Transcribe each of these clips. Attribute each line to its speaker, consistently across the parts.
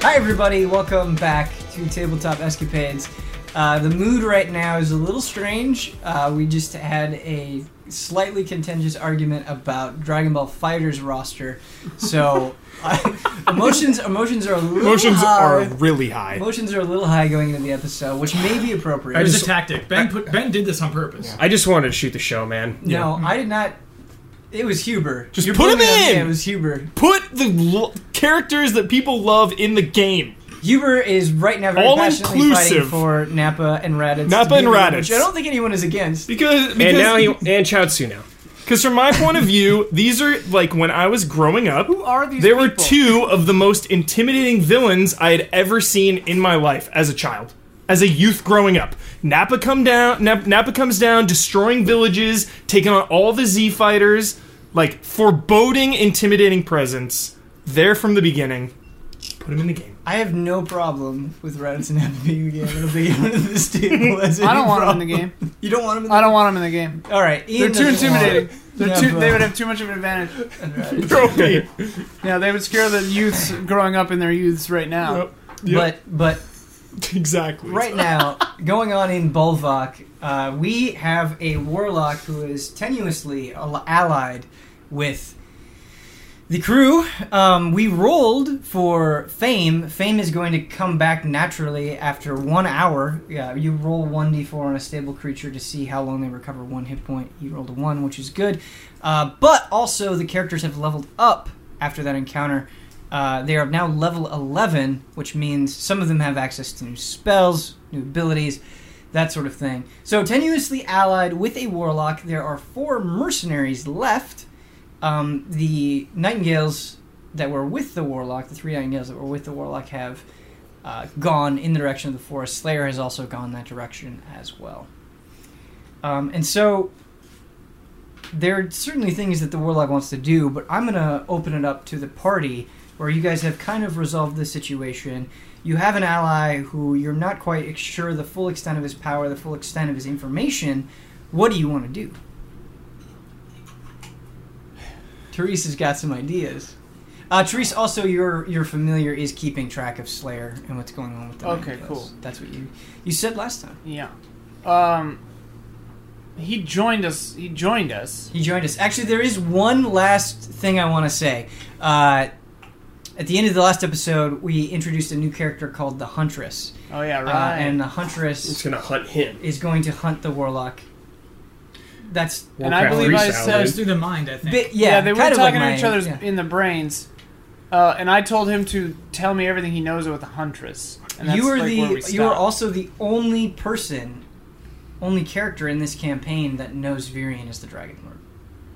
Speaker 1: Hi, everybody. Welcome back to Tabletop Escapades. Uh, the mood right now is a little strange. Uh, we just had a slightly contentious argument about Dragon Ball Fighters roster, so I, emotions emotions are a little
Speaker 2: Emotions
Speaker 1: high.
Speaker 2: are really high.
Speaker 1: emotions are a little high going into the episode, which may be appropriate.
Speaker 3: It was a tactic. Ben put, Ben did this on purpose.
Speaker 4: I just wanted to shoot the show, man.
Speaker 1: no, I did not. It was Huber.
Speaker 2: Just
Speaker 1: You're
Speaker 2: put him
Speaker 1: blaming it on
Speaker 2: in!
Speaker 1: me, It was Huber.
Speaker 2: Put the lo- characters that people love in the game.
Speaker 1: Huber is right now very
Speaker 2: All
Speaker 1: passionately
Speaker 2: inclusive.
Speaker 1: fighting for Napa and Raditz. to
Speaker 2: Napa
Speaker 1: be
Speaker 2: and
Speaker 1: there,
Speaker 2: Raditz.
Speaker 1: which I don't think anyone is against.
Speaker 2: Because, because
Speaker 4: And now he and Chaozu now.
Speaker 2: Because from my point of view, these are like when I was growing up. Who
Speaker 1: are these
Speaker 2: There were
Speaker 1: people?
Speaker 2: two of the most intimidating villains I had ever seen in my life as a child, as a youth growing up. Nappa come down. Nap- Nappa comes down, destroying villages, taking on all the Z fighters. Like foreboding, intimidating presence. There from the beginning. Put him in the game.
Speaker 1: I have no problem with Raditz and Napa being in the game. I don't think anyone at this table has
Speaker 5: I
Speaker 1: any
Speaker 5: don't want them
Speaker 1: problem.
Speaker 5: in the game.
Speaker 1: You don't want him in the
Speaker 5: I don't want them in the game.
Speaker 1: All right,
Speaker 5: They're
Speaker 1: Ian
Speaker 5: too
Speaker 1: doesn't
Speaker 5: intimidating. They're
Speaker 1: Yeah,
Speaker 5: too,
Speaker 1: but-
Speaker 5: they would have too much of an advantage.
Speaker 1: want Raditz.
Speaker 2: Trophy.
Speaker 5: Yeah, they would scare the youths growing up in their youths right now.
Speaker 4: Um,
Speaker 2: Yep. Yep.
Speaker 1: But but
Speaker 2: exactly.
Speaker 1: right now, going on in Bulvok, uh, we have a warlock who is tenuously al- allied with the crew. Um, we rolled for fame. Fame is going to come back naturally after one hour. Yeah, you roll one d4 on a stable creature to see how long they recover one hit point. You rolled a one, which is good. Uh, but also, the characters have leveled up after that encounter. Uh, they are now level 11, which means some of them have access to new spells, new abilities, that sort of thing. So, tenuously allied with a warlock, there are four mercenaries left. Um, the nightingales that were with the warlock, the three nightingales that were with the warlock, have uh, gone in the direction of the forest. Slayer has also gone that direction as well. Um, and so there are certainly things that the warlock wants to do, but I'm going to open it up to the party where you guys have kind of resolved this situation. You have an ally who you're not quite sure the full extent of his power, the full extent of his information. What do you want to do? Therese has got some ideas. Uh, Therese, also your your familiar is keeping track of Slayer and what's going on with the
Speaker 5: Okay,
Speaker 1: Nightingales.
Speaker 5: cool.
Speaker 1: That's what you you said last time.
Speaker 5: Yeah. Um. He joined us. He joined us.
Speaker 1: He joined us. Actually, there is one last thing I want to say. Uh, at the end of the last episode, we introduced a new character called the Huntress,
Speaker 5: Oh yeah,
Speaker 1: uh,
Speaker 5: right.
Speaker 1: and the
Speaker 4: It's
Speaker 1: Huntress
Speaker 4: gonna hunt him.
Speaker 1: is going to hunt the warlock. That's
Speaker 5: And I believe I
Speaker 3: That
Speaker 5: said-
Speaker 3: was through the mind, I think.
Speaker 1: bit, yeah,
Speaker 5: yeah, they were
Speaker 1: kind of like
Speaker 5: talking
Speaker 1: my-
Speaker 5: to each other's
Speaker 1: yeah.
Speaker 5: in the brains. Uh, and I told him to tell me everything he knows about the huntress. And that's
Speaker 1: you were
Speaker 5: like where we
Speaker 1: the you were
Speaker 5: stopped.
Speaker 1: also the only person, only character in this campaign that knows Virion is the Dragon Lord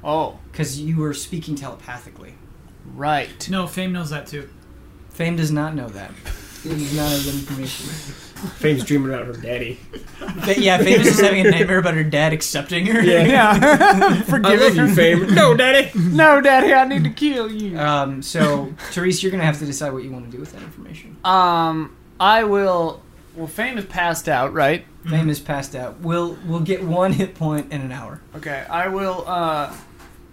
Speaker 5: Oh,
Speaker 1: because you were speaking telepathically.
Speaker 5: right.
Speaker 3: No, Fame knows that too.
Speaker 1: Fame does not know that. Fame does not have that information.
Speaker 4: Fame's dreaming about her daddy.
Speaker 1: Fa- yeah, Fame is just having a nightmare about her dad accepting her.
Speaker 5: Yeah.
Speaker 4: I
Speaker 5: Forgive
Speaker 4: love you,
Speaker 5: him.
Speaker 4: Fame. No, daddy.
Speaker 5: No, Daddy, I need to kill you.
Speaker 1: Um, so, Therese, you're going to have to decide what you want to do with that information.
Speaker 5: Um, I will. Well, Fame is passed out, right?
Speaker 1: Fame is passed out. We'll we'll get one hit point in an hour.
Speaker 5: Okay, I will uh,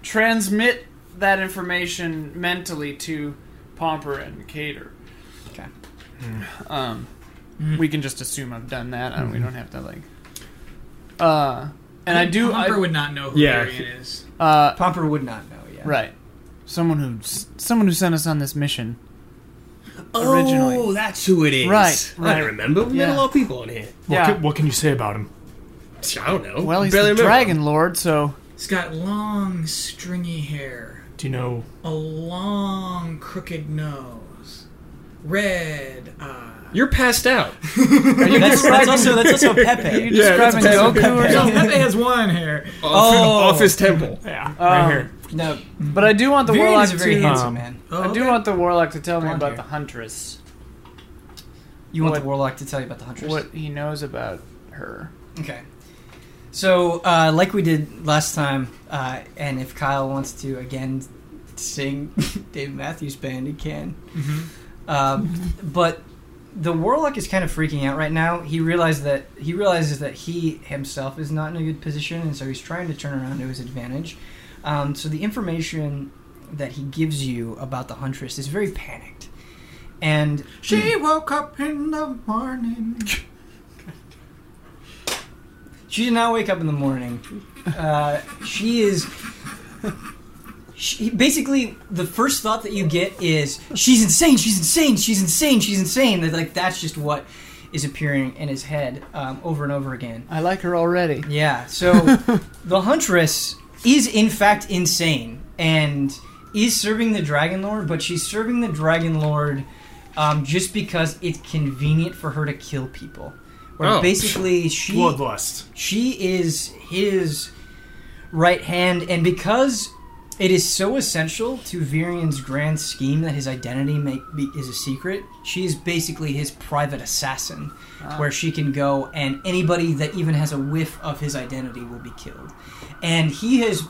Speaker 5: transmit that information mentally to Pomper and Cater.
Speaker 1: Okay.
Speaker 5: Um,
Speaker 4: Mm-hmm.
Speaker 5: we can just assume I've done that. I don't, we don't have to like. Uh, and I do.
Speaker 3: Humper
Speaker 5: I,
Speaker 3: would not know who
Speaker 4: Yeah.
Speaker 3: Varian is.
Speaker 5: uh,
Speaker 1: Pomper would not know yet.
Speaker 5: right. Someone who someone who sent us on this mission.
Speaker 4: Oh,
Speaker 5: Originally.
Speaker 4: that's who it is.
Speaker 5: Right,
Speaker 4: I
Speaker 5: right.
Speaker 4: remember. We had
Speaker 5: Yeah.
Speaker 4: a lot of people in here.
Speaker 2: What,
Speaker 5: Yeah.
Speaker 2: can, what can you say about him?
Speaker 4: I don't know.
Speaker 5: Well, he's
Speaker 4: Barely
Speaker 5: the
Speaker 4: remember.
Speaker 5: Dragon Lord, so
Speaker 3: He's got long, stringy hair,
Speaker 2: Do you know?
Speaker 3: a long, crooked nose, red eye.
Speaker 4: You're passed out.
Speaker 1: That's, that's also that's also Pepe.
Speaker 5: you describing
Speaker 4: that's
Speaker 5: Goku
Speaker 4: Pepe.
Speaker 5: or
Speaker 3: No,
Speaker 5: something?
Speaker 3: Pepe has one hair.
Speaker 1: Oh.
Speaker 4: Office Temple.
Speaker 2: Yeah, right
Speaker 5: Um,
Speaker 2: here.
Speaker 1: No,
Speaker 5: But I do want the
Speaker 1: Varian
Speaker 5: warlock
Speaker 1: is a very
Speaker 5: to.
Speaker 1: handsome
Speaker 2: um,
Speaker 1: man.
Speaker 3: Oh,
Speaker 5: I do
Speaker 3: okay.
Speaker 5: want the warlock to tell me
Speaker 1: Blonde
Speaker 5: about
Speaker 1: hair.
Speaker 5: the huntress.
Speaker 1: You want
Speaker 5: what-
Speaker 1: the warlock to tell you about the Huntress.
Speaker 5: What he knows about her.
Speaker 1: Okay. So, uh, like we did last time, uh, and if Kyle wants to again sing Dave Matthews Band, he can. Um, but the warlock is kind of freaking out right now. He realized that he realizes that he himself is not in a good position, and so he's trying to turn around to his advantage. Um, so the information that he gives you about the huntress is very panicked. and
Speaker 3: She woke up in the morning.
Speaker 1: She did not wake up in the morning. Uh, she is. She, basically, the first thought that you get is she's insane, she's insane, she's insane, she's insane. That, Like that's just what is appearing in his head um, over and over again.
Speaker 5: I like her already.
Speaker 1: Yeah. So the huntress is in fact insane and is serving the dragon lord, but she's serving the dragon lord um, just because it's convenient for her to kill people. Where
Speaker 4: Oh.
Speaker 1: basically she
Speaker 2: Bloodlust.
Speaker 1: she is his right hand, and because it is so essential to Virian's grand scheme that his identity make, be, is a secret, she is basically his private assassin, where she can go and anybody that even has a whiff of his identity will be killed. And he has,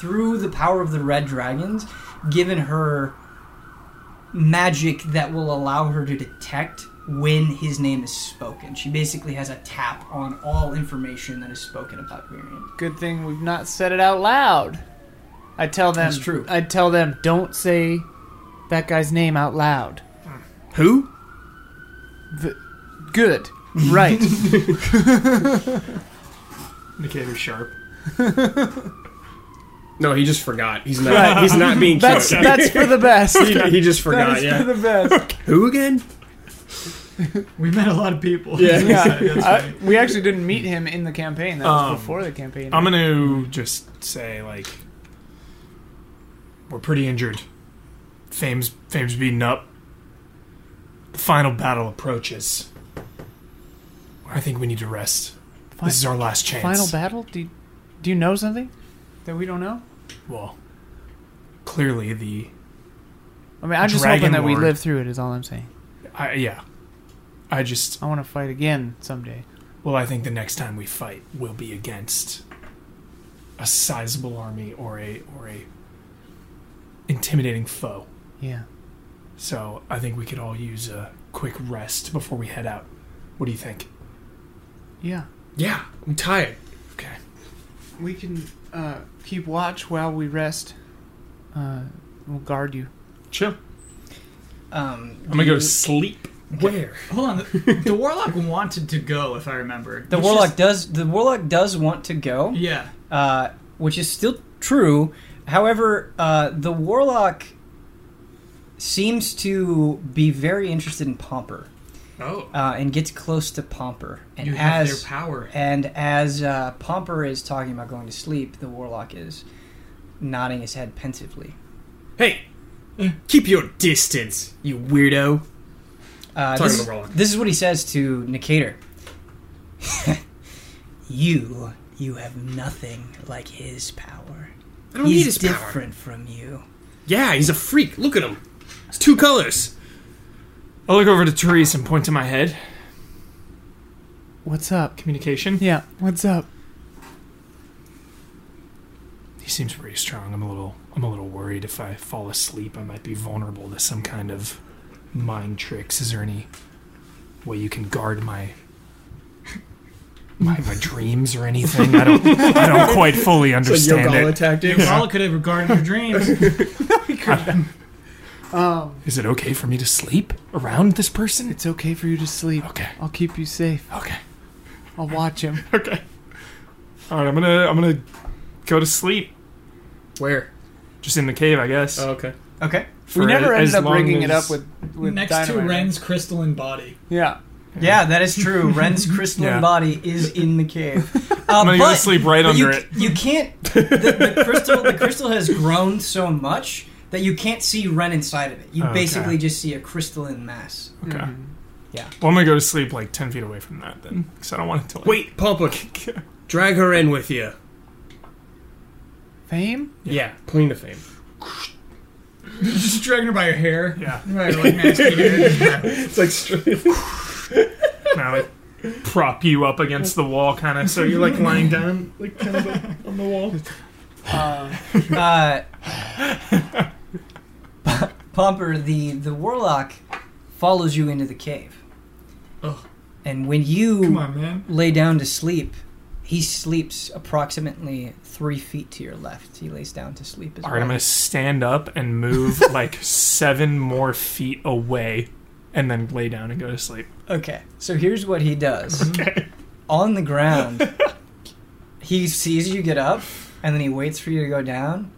Speaker 1: through the power of the Red Dragons, given her magic that will allow her to detect when his name is spoken. She basically has a tap on all information that is spoken about Miriam.
Speaker 5: Good thing we've not said it out loud. I tell them.
Speaker 1: That's true.
Speaker 5: I tell them don't say that guy's name out loud.
Speaker 2: Who?
Speaker 5: Good. Right.
Speaker 2: Nicator Sharp.
Speaker 4: No, he just forgot. He's not. He's not being cute.
Speaker 5: that's that's for the best.
Speaker 4: he, he just
Speaker 5: That
Speaker 4: forgot.
Speaker 5: is
Speaker 4: Yeah.
Speaker 5: for the best.
Speaker 4: Who again?
Speaker 3: We met a lot of people.
Speaker 4: Yeah.
Speaker 3: That's
Speaker 5: I,
Speaker 3: right.
Speaker 5: we actually didn't meet him in the campaign. That was
Speaker 2: Um,
Speaker 5: before the campaign.
Speaker 2: I'm gonna just say like we're pretty injured. Fame's Fame's beaten up. The final battle approaches. I think we need to rest.
Speaker 5: Fi-
Speaker 2: this is our last chance.
Speaker 5: Final battle? Do you, do you know something that we don't know?
Speaker 2: Well, clearly the
Speaker 5: I mean, I'm just
Speaker 2: Dragon
Speaker 5: hoping that we
Speaker 2: Lord.
Speaker 5: live through it. Is all I'm saying.
Speaker 2: I yeah. I just
Speaker 5: I want to fight again someday.
Speaker 2: well, I think the next time we fight will be against a sizable army or a or a intimidating foe.
Speaker 5: Yeah.
Speaker 2: So I think we could all use a quick rest before we head out. What do you think?
Speaker 5: Yeah.
Speaker 4: Yeah, I'm tired.
Speaker 2: Okay.
Speaker 5: We can uh, keep watch while we rest. Uh, we'll guard you.
Speaker 2: Chill.
Speaker 1: Um,
Speaker 2: I'm gonna go to sleep.
Speaker 4: Where?
Speaker 3: Hold on. The, the warlock wanted to go, if I remember.
Speaker 1: the
Speaker 3: He's
Speaker 1: warlock
Speaker 3: just-
Speaker 1: does the warlock does want to go.
Speaker 3: yeah.
Speaker 1: uh, which is still true. However, uh, the warlock seems to be very interested in Pomper
Speaker 3: Oh.
Speaker 1: uh, and gets close to Pomper. And
Speaker 3: You have
Speaker 1: as
Speaker 3: their power.
Speaker 1: and as uh, Pomper is talking about going to sleep, the warlock is nodding his head pensively.
Speaker 4: Hey, keep your distance, you weirdo.
Speaker 1: Uh,
Speaker 4: Talking
Speaker 1: this,
Speaker 4: to the warlock.
Speaker 1: this is what he says to Nicator. you, you have nothing like his power.
Speaker 4: I don't
Speaker 1: He's
Speaker 4: need his power.
Speaker 1: different from you.
Speaker 4: Yeah, he's a freak. Look at him. It's two colors.
Speaker 2: I look over to Therese and point to my head.
Speaker 5: What's up?
Speaker 2: Communication.
Speaker 5: Yeah. What's up?
Speaker 2: He seems pretty strong. I'm a little. I'm a little worried. If I fall asleep, I might be vulnerable to some kind of mind tricks. Is there any way you can guard my my, my dreams or anything? I don't. I don't quite fully understand it.
Speaker 4: tactics.
Speaker 3: The warlock could have regarded your dreams.
Speaker 5: Um,
Speaker 2: Is it okay for me to sleep around this person?
Speaker 5: it's okay for you to sleep.
Speaker 2: Okay.
Speaker 5: I'll keep you safe.
Speaker 2: Okay.
Speaker 5: I'll watch him.
Speaker 2: Okay. All right, I'm gonna I'm gonna go to sleep
Speaker 4: Where?
Speaker 2: just in the cave, I guess.
Speaker 4: Oh, okay.
Speaker 1: Okay.
Speaker 2: for
Speaker 5: Uh, We never
Speaker 2: a- as
Speaker 5: ended up
Speaker 2: long
Speaker 5: bringing it
Speaker 2: as-
Speaker 5: up with with
Speaker 3: Next to
Speaker 5: dynamite.
Speaker 3: Ren's crystalline body.
Speaker 5: Yeah.
Speaker 1: Yeah, that is true. Ren's crystalline
Speaker 2: Yeah.
Speaker 1: body is in the cave. Uh,
Speaker 2: I'm gonna go to sleep right
Speaker 1: but
Speaker 2: under
Speaker 1: you,
Speaker 2: it.
Speaker 1: You can't. The, the crystal. The crystal has grown so much that you can't see Ren inside of it. You
Speaker 2: Okay.
Speaker 1: basically just see a crystalline mass.
Speaker 2: Okay.
Speaker 1: Yeah.
Speaker 2: Well, I'm gonna go to sleep like ten feet away from that then, because I don't want it to. Like,
Speaker 4: Wait, Pompa, drag her in with you.
Speaker 5: Fame.
Speaker 4: Yeah, clean the fame.
Speaker 3: Just dragging her by her hair.
Speaker 2: Yeah.
Speaker 3: Right, like nasty dude.
Speaker 4: It's like straight.
Speaker 2: Can I like prop you up against the wall, kind of, so you're like lying down, like kind of on the wall.
Speaker 5: Uh,
Speaker 1: Uh, P- Pomper, the the warlock, follows you into the cave.
Speaker 3: Oh.
Speaker 1: And when you
Speaker 3: Come on, man.
Speaker 1: lay down to sleep, he sleeps approximately three feet to your left. He lays down to sleep as
Speaker 2: All
Speaker 1: well.
Speaker 2: right, I'm gonna stand up and move like seven more feet away and then lay down and go to sleep.
Speaker 1: Okay, so here's what he does. On the ground, he sees you get up, and then he waits for you to go down,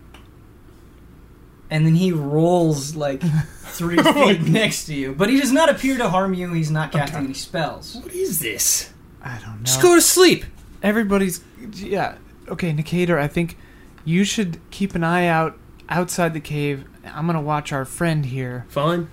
Speaker 1: and then he rolls like three feet next to you. But he does not appear to harm you. He's not casting any spells.
Speaker 4: What is this?
Speaker 5: I don't know.
Speaker 4: Just go to sleep.
Speaker 5: Everybody's yeah. Okay, Nikator, I think you should keep an eye out outside the cave. I'm gonna watch our friend here.
Speaker 4: Fine.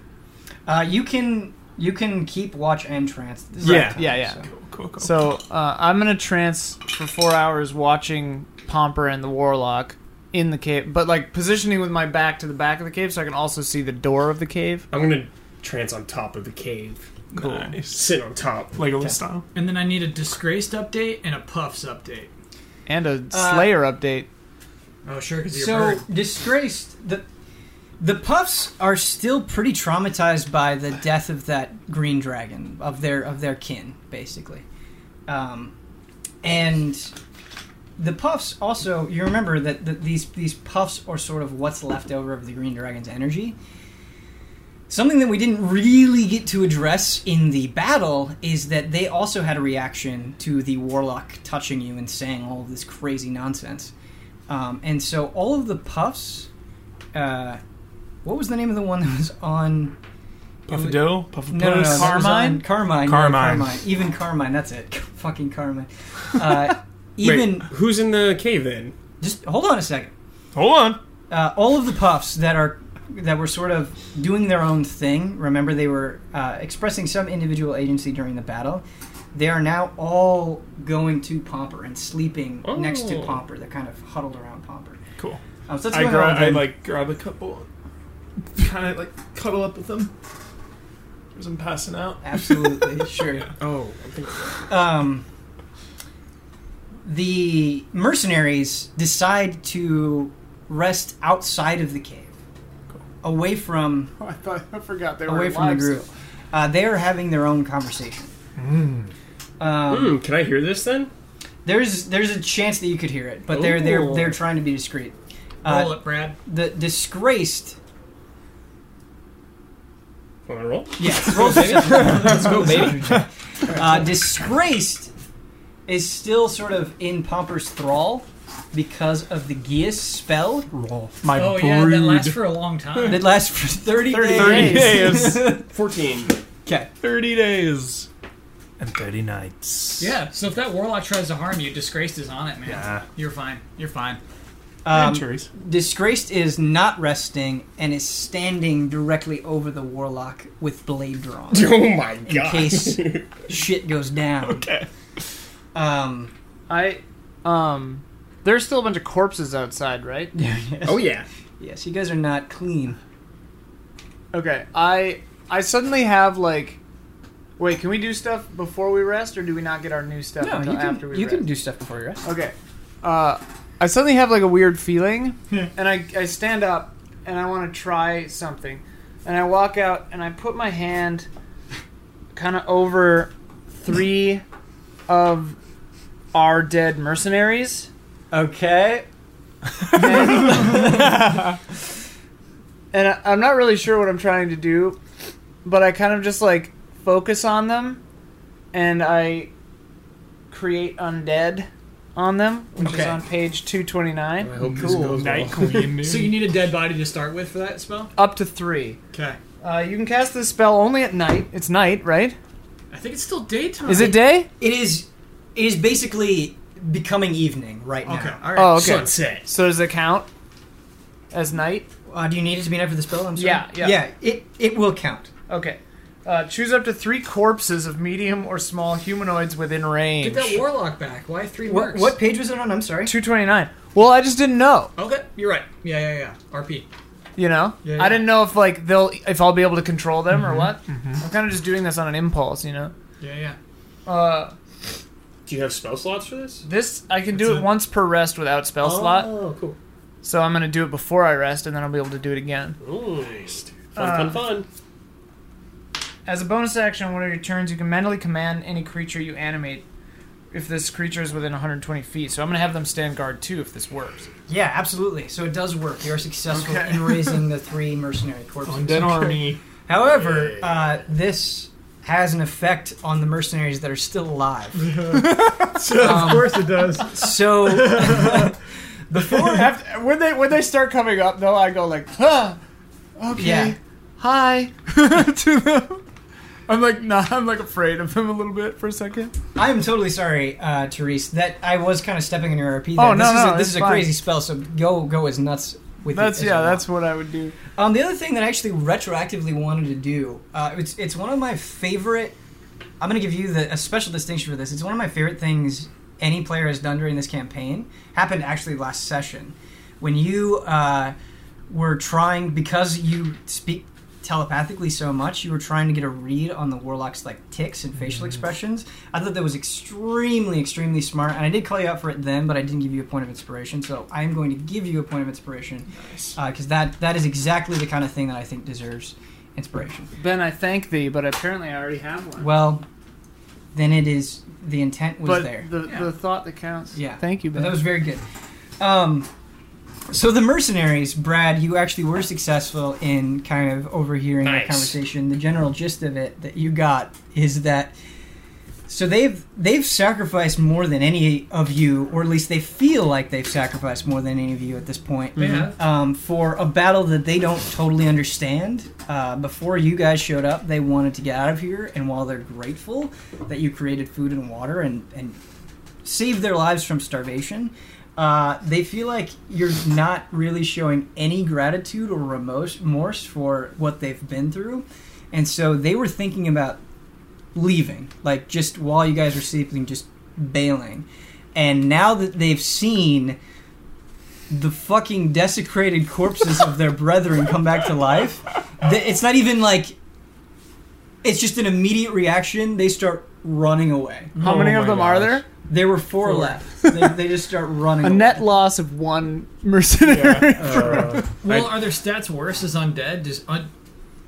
Speaker 1: Uh, you can you can keep watch and trance. this is
Speaker 2: Yeah.
Speaker 1: nighttime,
Speaker 5: Yeah, yeah.
Speaker 1: so.
Speaker 2: Cool, cool.
Speaker 5: So uh, I'm gonna trance for four hours watching Pomper and the Warlock in the cave, but like positioning with my back to the back of the cave, so I can also see the door of the cave.
Speaker 4: I'm gonna trance on top of the cave.
Speaker 5: Cool.
Speaker 2: nice.
Speaker 4: Sit on top.
Speaker 2: Legolas style.
Speaker 3: And then I need a disgraced update and a puffs update.
Speaker 5: And a
Speaker 1: Uh,
Speaker 5: Slayer update.
Speaker 3: Oh, sure, because you're
Speaker 1: So
Speaker 3: bird.
Speaker 1: disgraced the the puffs are still pretty traumatized by the death of that green dragon of their of their kin basically, um, and the puffs also you remember that the, these these puffs are sort of what's left over of the green dragon's energy. Something that we didn't really get to address in the battle is that they also had a reaction to the warlock touching you and saying all of this crazy nonsense. Um, and so all of the puffs. Uh, what was the name of the one that was on?
Speaker 2: Puff a dough, puff a
Speaker 1: No, no, no,
Speaker 2: puss.
Speaker 1: that was
Speaker 5: Carmine?
Speaker 1: on- Carmine. yeah,
Speaker 2: Carmine.
Speaker 1: Carmine. Even Carmine. That's it. Fucking Carmine. Uh, even
Speaker 4: Wait, who's in the cave then?
Speaker 1: just hold on a second.
Speaker 2: Hold on.
Speaker 1: Uh, all of the puffs that are that were sort of doing their own thing. Remember, they were uh, expressing some individual agency during the battle. They are now all going to Pomper and sleeping next to
Speaker 4: Oh.
Speaker 1: Pomper. They're kind of huddled around Pomper.
Speaker 2: Cool.
Speaker 1: Um, so that's
Speaker 2: I,
Speaker 1: going
Speaker 2: gra-
Speaker 1: on
Speaker 2: I
Speaker 1: then.
Speaker 2: like grab a couple, kind of like cuddle up with them as I'm passing out.
Speaker 1: Absolutely, sure.
Speaker 4: Oh, I think
Speaker 1: um, the mercenaries decide to rest outside of the cave, away from
Speaker 6: I thought I forgot they were
Speaker 1: away from the
Speaker 6: alive still.
Speaker 1: group. Uh, they are having their own conversation.
Speaker 4: Mm.
Speaker 1: Um,
Speaker 4: Hmm, can I hear this then?
Speaker 1: There's there's a chance that you could hear it, but they're they're
Speaker 4: Ooh.
Speaker 1: they're trying to be discreet.
Speaker 3: Roll
Speaker 1: Uh,
Speaker 3: it, Brad.
Speaker 1: the disgraced.
Speaker 4: Want to roll?
Speaker 1: Yes,
Speaker 4: Roll, baby. Let's go, baby.
Speaker 1: uh, disgraced is still sort of in Pomper's thrall because of the Gius spell.
Speaker 2: My
Speaker 3: Oh,
Speaker 2: brood.
Speaker 3: yeah, that lasts for a long time.
Speaker 1: that lasts for 30,
Speaker 2: 30 days.
Speaker 4: Fourteen.
Speaker 1: Okay.
Speaker 2: 30 days. And 30 nights.
Speaker 3: yeah, so if that warlock tries to harm you, disgraced is on it, man.
Speaker 2: Yeah.
Speaker 3: You're fine. You're fine.
Speaker 1: Um,
Speaker 2: Centuries.
Speaker 1: Disgraced is not resting and is standing directly over the warlock with blade drawn
Speaker 4: Oh my
Speaker 1: in
Speaker 4: god.
Speaker 1: case shit goes down.
Speaker 2: Okay.
Speaker 1: Um,
Speaker 5: I, um, there's still a bunch of corpses outside, right?
Speaker 1: yes.
Speaker 4: Oh yeah.
Speaker 1: Yes, you guys are not clean.
Speaker 5: Okay, I I suddenly have like, wait, can we do stuff before we rest, or do we not get our new stuff
Speaker 1: No,
Speaker 5: until
Speaker 1: you
Speaker 5: after
Speaker 1: can,
Speaker 5: we
Speaker 1: you
Speaker 5: rest?
Speaker 1: can do stuff before you rest.
Speaker 5: Okay, uh, I suddenly have like a weird feeling, and I I stand up and I want to try something, and I walk out and I put my hand, kind of over three of our dead mercenaries.
Speaker 1: Okay.
Speaker 5: and I, I'm not really sure what I'm trying to do, but I kind of just like focus on them, and I create undead on them, which is
Speaker 1: Okay.
Speaker 5: on page two twenty nine,
Speaker 4: I hope this goes
Speaker 2: Night
Speaker 4: well.
Speaker 2: Queen.
Speaker 3: So you need a dead body to start with for that spell?
Speaker 5: up to three.
Speaker 3: Okay.
Speaker 5: Uh, you can cast this spell only at night. It's night, right?
Speaker 3: I think it's still daytime.
Speaker 5: Is it day?
Speaker 1: It is it is basically becoming evening right now.
Speaker 3: Okay, all right.
Speaker 5: Oh, okay.
Speaker 4: Sunset.
Speaker 5: So does it count as night?
Speaker 1: Uh, do you need it to be night for the spell? I'm sorry.
Speaker 5: Yeah, yeah.
Speaker 1: Yeah, it, it will count.
Speaker 5: Okay. Uh, choose up to three corpses of medium or small humanoids within range.
Speaker 3: Get that warlock back. Why three
Speaker 1: What,
Speaker 3: marks?
Speaker 1: what page was it on? I'm sorry.
Speaker 5: Two twenty nine. Well, I just didn't know.
Speaker 3: Okay, you're right. Yeah, yeah, yeah. RP.
Speaker 5: You know,
Speaker 3: Yeah, Mm-hmm. yeah.
Speaker 5: I didn't know if like they'll if I'll be able to control them or what. I'm kind of just doing this on an impulse, you know.
Speaker 3: Yeah, yeah.
Speaker 5: Uh,
Speaker 4: Do you have spell slots for this?
Speaker 5: this I can do
Speaker 3: That's
Speaker 5: it
Speaker 3: it.
Speaker 5: once per rest without spell slot,
Speaker 4: Oh, cool.
Speaker 5: so I'm gonna do it before I rest, and then I'll be able to do it again.
Speaker 4: Nice. Fun,
Speaker 5: Uh,
Speaker 4: fun, fun.
Speaker 5: As a bonus action, on one of your turns, you can mentally command any creature you animate if this creature is within 120 feet. So I'm gonna have them stand guard too if this works.
Speaker 1: Yeah, absolutely. So it does work. You are successful in raising the three mercenary corpses.
Speaker 2: Undead army.
Speaker 1: However, uh, this has an effect on the mercenaries that are still alive. Um,
Speaker 3: So of course it does.
Speaker 1: So
Speaker 7: After, when they when they start coming up, though, I go like, huh, okay,
Speaker 1: Yeah.
Speaker 7: hi to them. I'm like, nah, I'm like afraid of them a little bit for a second.
Speaker 1: I am totally sorry, uh, Therese, that I was kind of stepping in your RP. There.
Speaker 7: Oh, no,
Speaker 1: this is
Speaker 7: no,
Speaker 1: a, this
Speaker 7: it's
Speaker 1: is a
Speaker 7: fine.
Speaker 1: crazy spell. So go go as nuts with
Speaker 7: That's
Speaker 1: it. as
Speaker 7: yeah,
Speaker 1: you want.
Speaker 7: that's what I would do.
Speaker 1: Um, the other thing that I actually retroactively wanted to do, uh, it's it's one of my favorite. I'm gonna give you the, a special distinction for this. It's one of my favorite things any player has done during this campaign. Happened actually last session, when you uh, were trying because you speak telepathically so much, you were trying to get a read on the warlock's like ticks and facial expressions. I thought that was extremely, extremely smart, and I did call you out for it then, but I didn't give you a point of inspiration. So I am going to give you a point of inspiration because Uh, that that is exactly the kind of thing that I think deserves inspiration.
Speaker 5: Ben, I thank thee, but apparently I already have one.
Speaker 1: Well, then it is the intent was
Speaker 5: but
Speaker 1: there.
Speaker 5: The, the thought that counts.
Speaker 1: yeah,
Speaker 7: Thank you,
Speaker 1: that
Speaker 7: Ben.
Speaker 1: was very good. Um, so the mercenaries, Brad, you actually were successful in kind of overhearing our
Speaker 4: Nice.
Speaker 1: conversation. The general gist of it that you got is that so they've they've sacrificed more than any of you, or at least they feel like they've sacrificed more than any of you at this point.
Speaker 3: Yeah.
Speaker 1: um, for a battle that they don't totally understand. Uh, before you guys showed up, they wanted to get out of here, and while they're grateful that you created food and water and, and saved their lives from starvation, uh, they feel like you're not really showing any gratitude or remorse remorse for what they've been through. And so they were thinking about leaving, like just while you guys were sleeping, just bailing. And now that they've seen the fucking desecrated corpses of their brethren come back to life, th- it's not even like. It's just an immediate reaction. They start running away.
Speaker 7: How
Speaker 2: Oh
Speaker 7: many
Speaker 2: my
Speaker 7: of them are
Speaker 2: gosh.
Speaker 7: there?
Speaker 1: There were four, left. They, they just start running.
Speaker 7: A
Speaker 1: away.
Speaker 7: net loss of one mercenary.
Speaker 2: Uh,
Speaker 3: Well, are their stats worse as undead? Does un-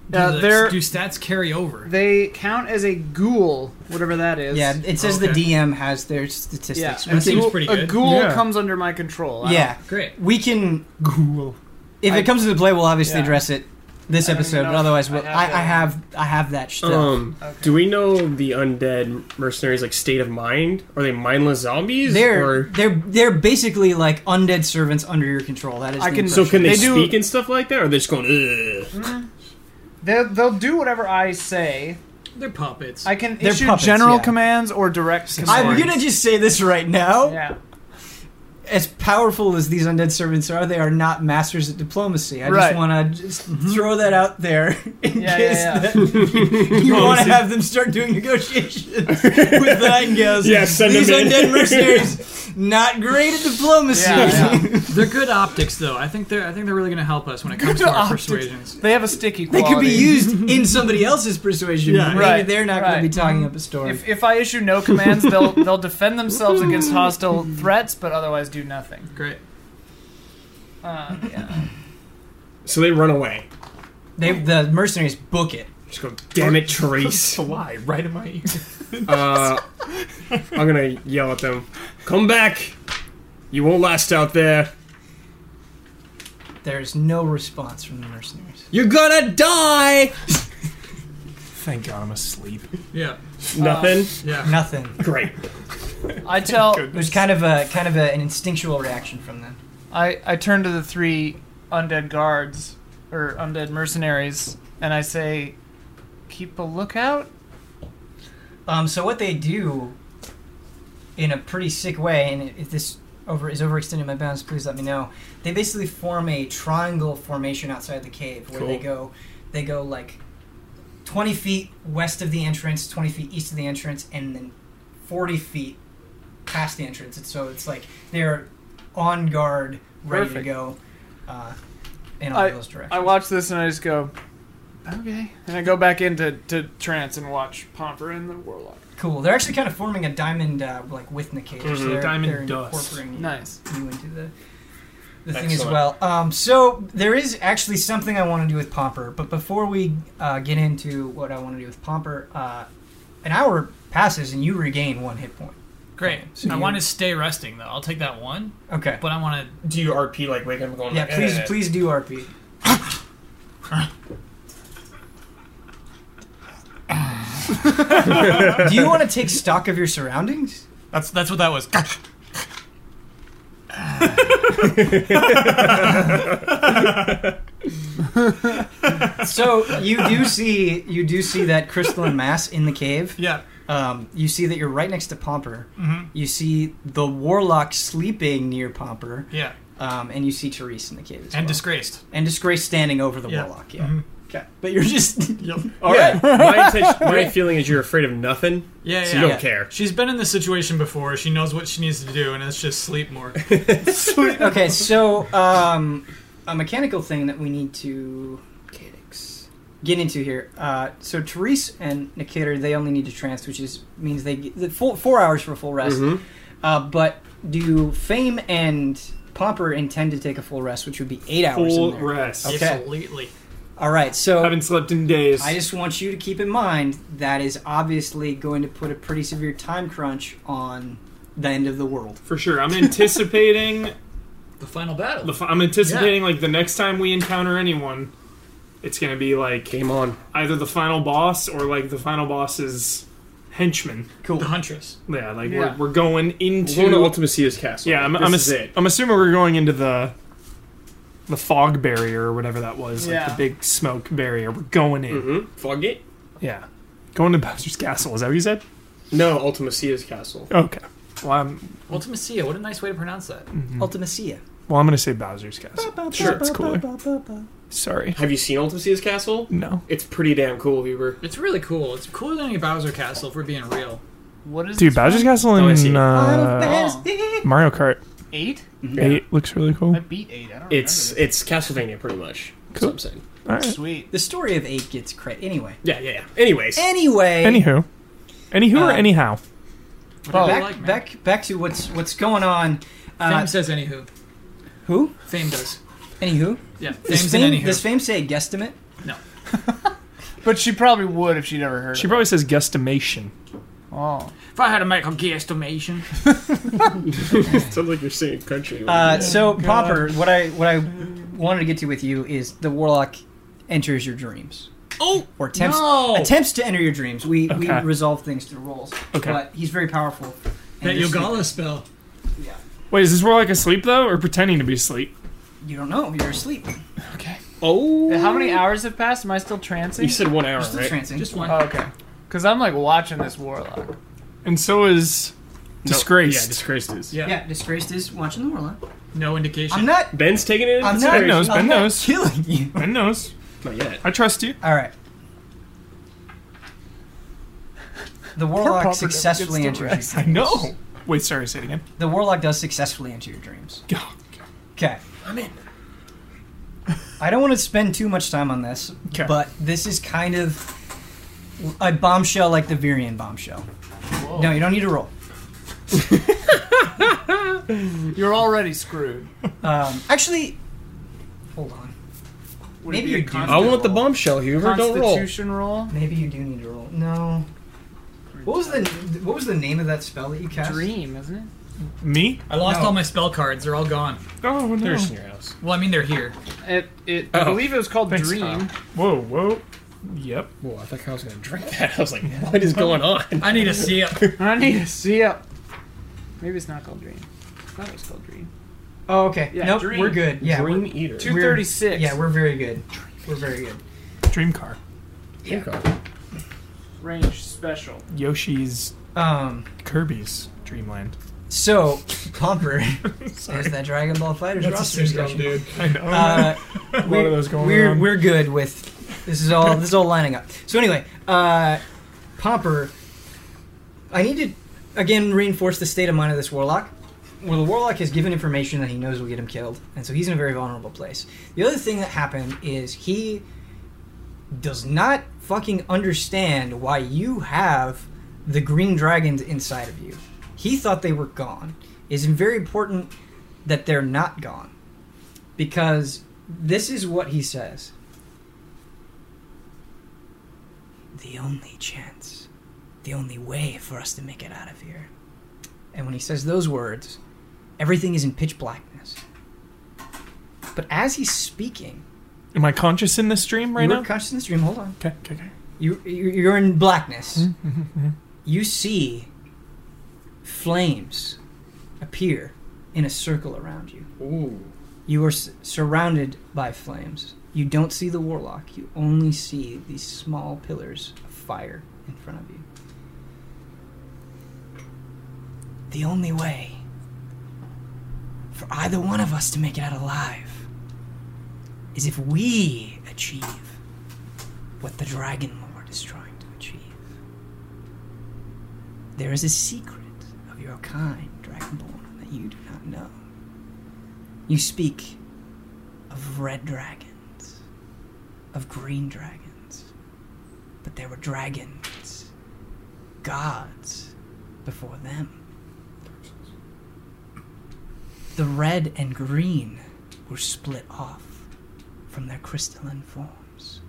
Speaker 3: do,
Speaker 5: Uh,
Speaker 3: the-
Speaker 5: they're-
Speaker 3: do stats carry over?
Speaker 5: They count as a ghoul, whatever that is.
Speaker 1: Yeah, it says
Speaker 3: Okay.
Speaker 1: the DM has their
Speaker 5: Yeah,
Speaker 1: statistics.
Speaker 5: a
Speaker 3: That seems
Speaker 5: ghoul-
Speaker 3: pretty
Speaker 5: A
Speaker 3: good.
Speaker 5: ghoul
Speaker 2: Yeah.
Speaker 5: comes under my control. I
Speaker 1: yeah,
Speaker 3: Great.
Speaker 1: we can.
Speaker 2: cool.
Speaker 1: If
Speaker 5: I-
Speaker 1: it comes into play, we'll obviously
Speaker 5: Yeah.
Speaker 1: address it this
Speaker 5: I don't
Speaker 1: episode.
Speaker 5: even
Speaker 1: But
Speaker 5: know if
Speaker 1: otherwise,
Speaker 5: I
Speaker 1: we'll,
Speaker 5: have
Speaker 1: I,
Speaker 5: it.
Speaker 1: I have I have that stuff.
Speaker 4: Um,
Speaker 5: Okay.
Speaker 4: do we know the undead mercenaries like state of mind? Are they mindless zombies?
Speaker 1: they're
Speaker 4: or
Speaker 1: they're they're basically like undead servants under your control. That is.
Speaker 7: I
Speaker 1: the
Speaker 7: can-
Speaker 4: so
Speaker 1: impression.
Speaker 4: can they,
Speaker 7: They do-
Speaker 4: speak and stuff like that? Or are they just going? Ugh.
Speaker 7: They'll, they'll do whatever I say.
Speaker 3: They're puppets.
Speaker 7: I can
Speaker 1: They're
Speaker 7: issue
Speaker 1: puppets,
Speaker 7: general
Speaker 1: yeah.
Speaker 7: commands or direct
Speaker 1: I'm
Speaker 7: commands.
Speaker 1: gonna just say this right now.
Speaker 7: yeah.
Speaker 1: As powerful as these undead servants are, they are not masters at diplomacy. I just
Speaker 7: Right.
Speaker 1: want to just throw that out there in
Speaker 7: Yeah, yeah,
Speaker 1: case
Speaker 7: yeah.
Speaker 1: that you want to have them start doing negotiations with the nightingales.
Speaker 4: Yeah, send
Speaker 1: these
Speaker 4: them in.
Speaker 1: undead mercenaries, not great at diplomacy.
Speaker 7: Yeah,
Speaker 3: they're good optics, though. I think they're I think they're really going to help us when it comes to our persuasions.
Speaker 7: They have a sticky
Speaker 1: They
Speaker 7: quality.
Speaker 1: could be used in somebody else's persuasion.
Speaker 3: Yeah.
Speaker 1: but maybe
Speaker 7: Right,
Speaker 1: they're not
Speaker 7: right.
Speaker 1: going to be talking up a storm.
Speaker 7: If, if I issue no commands, they'll they'll defend themselves against hostile threats, but otherwise do nothing.
Speaker 3: Great.
Speaker 7: Uh, yeah.
Speaker 4: So they run away.
Speaker 1: they, the mercenaries book it.
Speaker 4: Just go. Damn it, Trace.
Speaker 2: Fly right in my ear.
Speaker 4: Uh, I'm gonna yell at them. Come back. You won't last out there.
Speaker 1: There's no response from the mercenaries.
Speaker 4: You're gonna die.
Speaker 2: Thank God I'm asleep.
Speaker 3: Yeah.
Speaker 4: Nothing.
Speaker 3: Yeah.
Speaker 1: Nothing.
Speaker 4: Great.
Speaker 7: I tell
Speaker 1: There's kind of a kind of a, an instinctual reaction from them.
Speaker 7: I I turn to the three undead guards or undead mercenaries, and I say, "Keep a lookout."
Speaker 1: Um, so what they do in a pretty sick way, and if this over is overextending my bounds, please let me know. They basically form a triangle formation outside the cave where they
Speaker 4: Cool.
Speaker 1: go they go like twenty feet west of the entrance, twenty feet east of the entrance, and then forty feet past the entrance. And so it's like they're on guard, ready to
Speaker 7: Perfect.
Speaker 1: go. Uh, in all those directions.
Speaker 7: I watch this and I just go, "Okay," and I go back into to trance and watch Pomper and the Warlock.
Speaker 1: Cool. They're actually kind of forming a diamond, uh, like with the cage. So
Speaker 7: Mm-hmm.
Speaker 4: Mhm.
Speaker 1: they're,
Speaker 2: Diamond
Speaker 1: they're
Speaker 2: dust.
Speaker 1: incorporating you-
Speaker 7: Nice.
Speaker 1: you into the the thing as
Speaker 4: Excellent.
Speaker 1: well. Um, so there is actually something I want to do with Pomper, but before we uh, get into what I want to do with Pomper, uh, an hour passes and you regain one hit point.
Speaker 3: Great.
Speaker 1: So
Speaker 3: I
Speaker 1: you-
Speaker 3: want to stay resting though. I'll take that one,
Speaker 1: Okay.
Speaker 3: but I want to.
Speaker 4: Do you RP
Speaker 8: eh.
Speaker 4: like wake up and going?
Speaker 1: Yeah.
Speaker 4: like,
Speaker 1: Please,
Speaker 4: eh.
Speaker 1: please do RP. Do you want to take stock of your surroundings?
Speaker 8: That's that's what that was.
Speaker 1: So you do see you do see that crystalline mass in the cave.
Speaker 8: yeah.
Speaker 1: Um, you see that you're right next to Pomper.
Speaker 8: Mm-hmm.
Speaker 1: You see the warlock sleeping near Pomper,
Speaker 8: Yeah.
Speaker 1: um, and you see Therese in the cave as
Speaker 8: And
Speaker 1: well.
Speaker 8: disgraced.
Speaker 1: and disgrace standing over the
Speaker 8: Yeah. Mm-hmm.
Speaker 1: warlock. Yeah. Okay. But you're just
Speaker 4: All right. My, intention, my feeling is you're afraid of nothing.
Speaker 8: Yeah,
Speaker 4: So
Speaker 8: yeah.
Speaker 4: you don't
Speaker 1: Yeah.
Speaker 4: care.
Speaker 8: She's been in this situation before. She knows what she needs to do, and it's just sleep more.
Speaker 1: okay. So um, a mechanical thing that we need to mechanics, get into here. Uh, so Therese and Nikator, they only need to trance, which is means they get the full, four hours for full rest.
Speaker 4: Mhm.
Speaker 1: Uh, but do Fame and Pomper intend to take a full rest, which would be eight hours? in
Speaker 2: Full
Speaker 1: there?
Speaker 2: rest.
Speaker 1: Okay.
Speaker 8: Absolutely.
Speaker 1: All right. So
Speaker 2: Haven't slept in days.
Speaker 1: I just want you to keep in mind that is obviously going to put a pretty severe time crunch on the end of the world.
Speaker 2: For sure. I'm anticipating.
Speaker 8: The final battle.
Speaker 2: the, fi- I'm anticipating like the next time we encounter anyone, it's gonna be like
Speaker 4: Game on.
Speaker 2: either the final boss or like the final boss's henchman.
Speaker 1: Cool.
Speaker 8: The Huntress.
Speaker 2: Yeah, like
Speaker 5: Yeah.
Speaker 2: We're, we're going into.
Speaker 4: Luna Ultimacy is castle.
Speaker 2: yeah, I'm,
Speaker 4: this
Speaker 2: I'm,
Speaker 4: is
Speaker 2: ass-
Speaker 4: it.
Speaker 2: I'm assuming we're going into the the fog barrier or whatever that was, like
Speaker 5: Yeah.
Speaker 2: the big smoke barrier. We're going in.
Speaker 4: Mm-hmm. Fog it.
Speaker 2: Yeah, going to Bowser's castle. Is that what you said?
Speaker 4: No, Ultimacy is castle.
Speaker 2: Okay. Well, I'm
Speaker 8: Ultimacia. What a nice way to pronounce that.
Speaker 1: Hmm. Ultimacia.
Speaker 2: well. I'm gonna say Bowser's castle.
Speaker 4: Sure.
Speaker 2: It's cooler. Sorry.
Speaker 4: Have you seen Ultimacy's castle?
Speaker 2: No,
Speaker 4: It's pretty damn cool, Weaver.
Speaker 8: It's really cool. It's cooler than any Bowser Castle, if we're being real.
Speaker 5: What is
Speaker 2: dude.
Speaker 5: this
Speaker 2: Bowser's
Speaker 5: one?
Speaker 2: castle
Speaker 4: Oh, I see.
Speaker 2: in uh,
Speaker 1: oh.
Speaker 2: Mario Kart
Speaker 5: eight?
Speaker 2: Eight looks really cool.
Speaker 5: I beat eight. I don't
Speaker 4: It's
Speaker 5: remember
Speaker 4: it's Castlevania, pretty much. That's
Speaker 2: Cool.
Speaker 4: what I'm saying.
Speaker 2: All
Speaker 5: this.
Speaker 2: right.
Speaker 5: sweet.
Speaker 1: The story of eight gets credit anyway.
Speaker 4: Yeah, yeah, yeah. Anyways,
Speaker 1: Anyway,
Speaker 2: Anywho, anywho or
Speaker 1: Uh,
Speaker 2: anyhow.
Speaker 8: Whatever
Speaker 1: back,
Speaker 8: you like, man.
Speaker 1: back back to what's what's going on.
Speaker 8: Fame
Speaker 1: Uh,
Speaker 8: says anywho.
Speaker 1: who?
Speaker 8: Fame does.
Speaker 1: Anywho?
Speaker 8: Yeah.
Speaker 1: Does
Speaker 8: Fame's an
Speaker 1: fame,
Speaker 8: anywho.
Speaker 1: does fame say guesstimate?
Speaker 5: But she probably would if she'd ever heard
Speaker 2: She
Speaker 5: of it.
Speaker 2: probably says guesstimation.
Speaker 5: Oh.
Speaker 8: if I had to make a guesstimation.
Speaker 4: sounds like you're singing country.
Speaker 8: Oh
Speaker 1: Uh, so Popper, what I what I wanted to get to with you is the warlock enters your dreams.
Speaker 8: Oh,
Speaker 1: Or attempts
Speaker 8: No.
Speaker 1: attempts to enter your dreams. We we
Speaker 2: Okay.
Speaker 1: resolve things through rolls.
Speaker 2: Okay.
Speaker 1: But he's very powerful.
Speaker 8: that
Speaker 1: you're
Speaker 8: Yogala spell.
Speaker 2: Wait, is this more like asleep though, or pretending to be asleep?
Speaker 1: sleeping. You don't know, you're asleep. You're
Speaker 4: oh,
Speaker 5: How many hours have passed? Am I still trancing?
Speaker 4: You said one hour,
Speaker 1: still
Speaker 4: right?
Speaker 1: trancing.
Speaker 8: Just one.
Speaker 5: Oh, okay. Because I'm like watching this warlock.
Speaker 2: And so is
Speaker 4: No,
Speaker 2: disgraced.
Speaker 4: Yeah, disgraced is.
Speaker 8: yeah.
Speaker 1: yeah, disgraced is watching the warlock.
Speaker 8: No indication.
Speaker 1: I'm not
Speaker 4: Ben's taking it. Into
Speaker 1: I'm not,
Speaker 2: Ben knows, Ben
Speaker 1: I'm not
Speaker 2: knows.
Speaker 1: killing you.
Speaker 2: Ben knows.
Speaker 4: Not yet.
Speaker 2: I trust you.
Speaker 1: All right. The warlock
Speaker 5: Pumper never
Speaker 1: successfully
Speaker 5: gets to
Speaker 1: enters. your
Speaker 5: rest.
Speaker 1: dreams.
Speaker 2: No. Wait, sorry, say it again.
Speaker 1: The warlock does successfully enter your dreams.
Speaker 2: God.
Speaker 1: Okay. I'm in. I don't want to spend too much time on this,
Speaker 2: 'Kay.
Speaker 1: but this is kind of a bombshell like the Virian bombshell. No, you don't need to roll.
Speaker 5: You're already screwed.
Speaker 1: Um, actually, hold on.
Speaker 5: Would
Speaker 1: Maybe
Speaker 5: it be
Speaker 1: you
Speaker 5: a
Speaker 1: do.
Speaker 5: con-
Speaker 4: I want the bombshell, Huber. Don't roll.
Speaker 5: Constitution roll.
Speaker 1: Maybe you do need to roll. No. What was the What was the name of that spell that you cast?
Speaker 5: Dream, isn't it?
Speaker 2: Me?
Speaker 8: I lost
Speaker 1: No.
Speaker 8: all my spell cards. They're all gone.
Speaker 2: Oh no.
Speaker 4: There's in your house.
Speaker 8: Well, I mean, they're here.
Speaker 5: It, it
Speaker 4: Oh.
Speaker 5: I believe it was called
Speaker 2: Thanks.
Speaker 5: Dream.
Speaker 2: Whoa, whoa. Yep.
Speaker 4: Whoa, I thought I was gonna drink that. I was like, what is going on?
Speaker 8: I need to see it.
Speaker 5: I need to see it. Maybe it's not called Dream. I thought it was called Dream.
Speaker 1: Oh, okay.
Speaker 5: Yeah,
Speaker 1: nope,
Speaker 5: dream.
Speaker 1: we're good. Yeah, we're-
Speaker 4: Dream Eater.
Speaker 5: Two thirty six.
Speaker 1: yeah, we're very good. We're very good.
Speaker 2: Dream car.
Speaker 5: range special.
Speaker 2: Yoshi's
Speaker 1: Um,
Speaker 2: Kirby's Dreamland.
Speaker 1: so Pomper, there's that Dragon Ball Fighters roster discussion.
Speaker 8: dude.
Speaker 2: I know.
Speaker 1: Uh,
Speaker 2: a lot
Speaker 1: we're-
Speaker 2: of those going
Speaker 1: we're,
Speaker 2: on.
Speaker 1: We're good with this is all this is all lining up. So anyway, uh, Pomper, I need to again reinforce the state of mind of this warlock. Well, the warlock has given information that he knows will get him killed, and so he's in a very vulnerable place. The other thing that happened is he does not fucking understand why you have the green dragons inside of you. He thought they were gone. It's very important that they're not gone because this is what he says The only chance, the only way for us to make it out of here. And when he says those words, everything is in pitch blackness. But as he's speaking,
Speaker 2: Am I conscious in this dream right
Speaker 1: you were
Speaker 2: now?
Speaker 1: conscious in this dream. Hold on.
Speaker 2: Okay, okay, okay.
Speaker 1: You you- you're in
Speaker 2: Hmm?
Speaker 1: blackness.
Speaker 2: Mm-hmm,
Speaker 1: You see flames appear in a circle around you.
Speaker 4: Ooh.
Speaker 1: You are s- surrounded by flames. You don't see the warlock. You only see these small pillars of fire in front of you. The only way for either one of us to make it out alive is if we achieve what the Dragon Lord is trying to achieve. There is a secret of your kind, Dragonborn, that you do not know. You speak of red dragons, of green dragons, but there were dragons, gods, before them. The red and green were split off from their crystalline forms.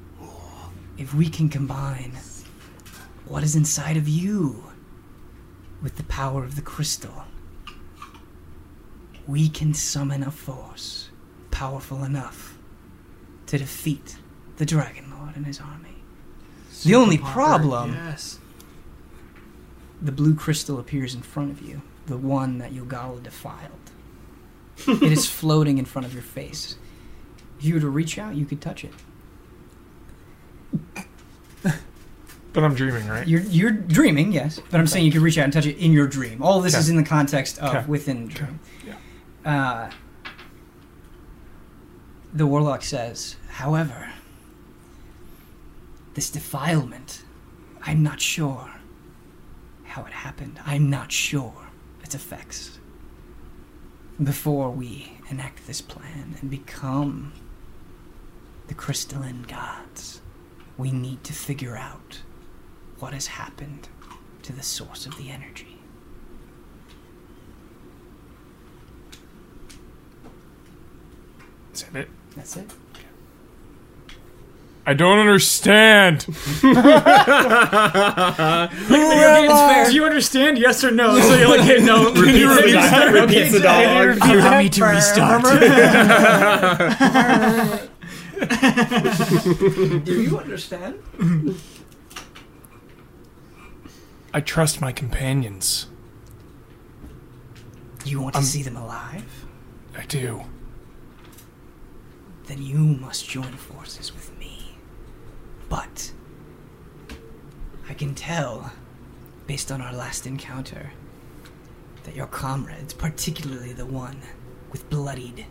Speaker 1: If we can combine what is inside of you with the power of the crystal, we can summon a force powerful enough to defeat the Dragon Lord and his army. the only problem
Speaker 3: Yes.
Speaker 1: the blue crystal appears in front of you, the one that Yogala defiled. it is floating in front of your face. If you were to reach out, you could touch it.
Speaker 2: But I'm dreaming, right?
Speaker 1: You're, you're dreaming, yes, but I'm saying you could reach out and touch it in your dream. All of this
Speaker 2: Okay.
Speaker 1: is in the context of
Speaker 2: Okay.
Speaker 1: within the dream. Uh, the warlock says, however, this defilement, I'm not sure how it happened. I'm not sure its effects. Before we enact this plan and become the crystalline gods, we need to figure out what has happened to the source of the energy.
Speaker 2: Is that it?
Speaker 1: That's it.
Speaker 2: I don't understand.
Speaker 8: Do you understand? Yes or no? So you're like, hey, no.
Speaker 2: Can you
Speaker 8: repeat
Speaker 2: repeat
Speaker 8: that.
Speaker 2: that?
Speaker 4: Repeats the dog.
Speaker 1: Allow me to restart. Do you understand?
Speaker 2: I trust my companions.
Speaker 1: You want to
Speaker 2: Um,
Speaker 1: see them alive?
Speaker 2: I do.
Speaker 1: Then you must join forces with me. But I can tell, based on our last encounter, that your comrades, particularly the one with bloodied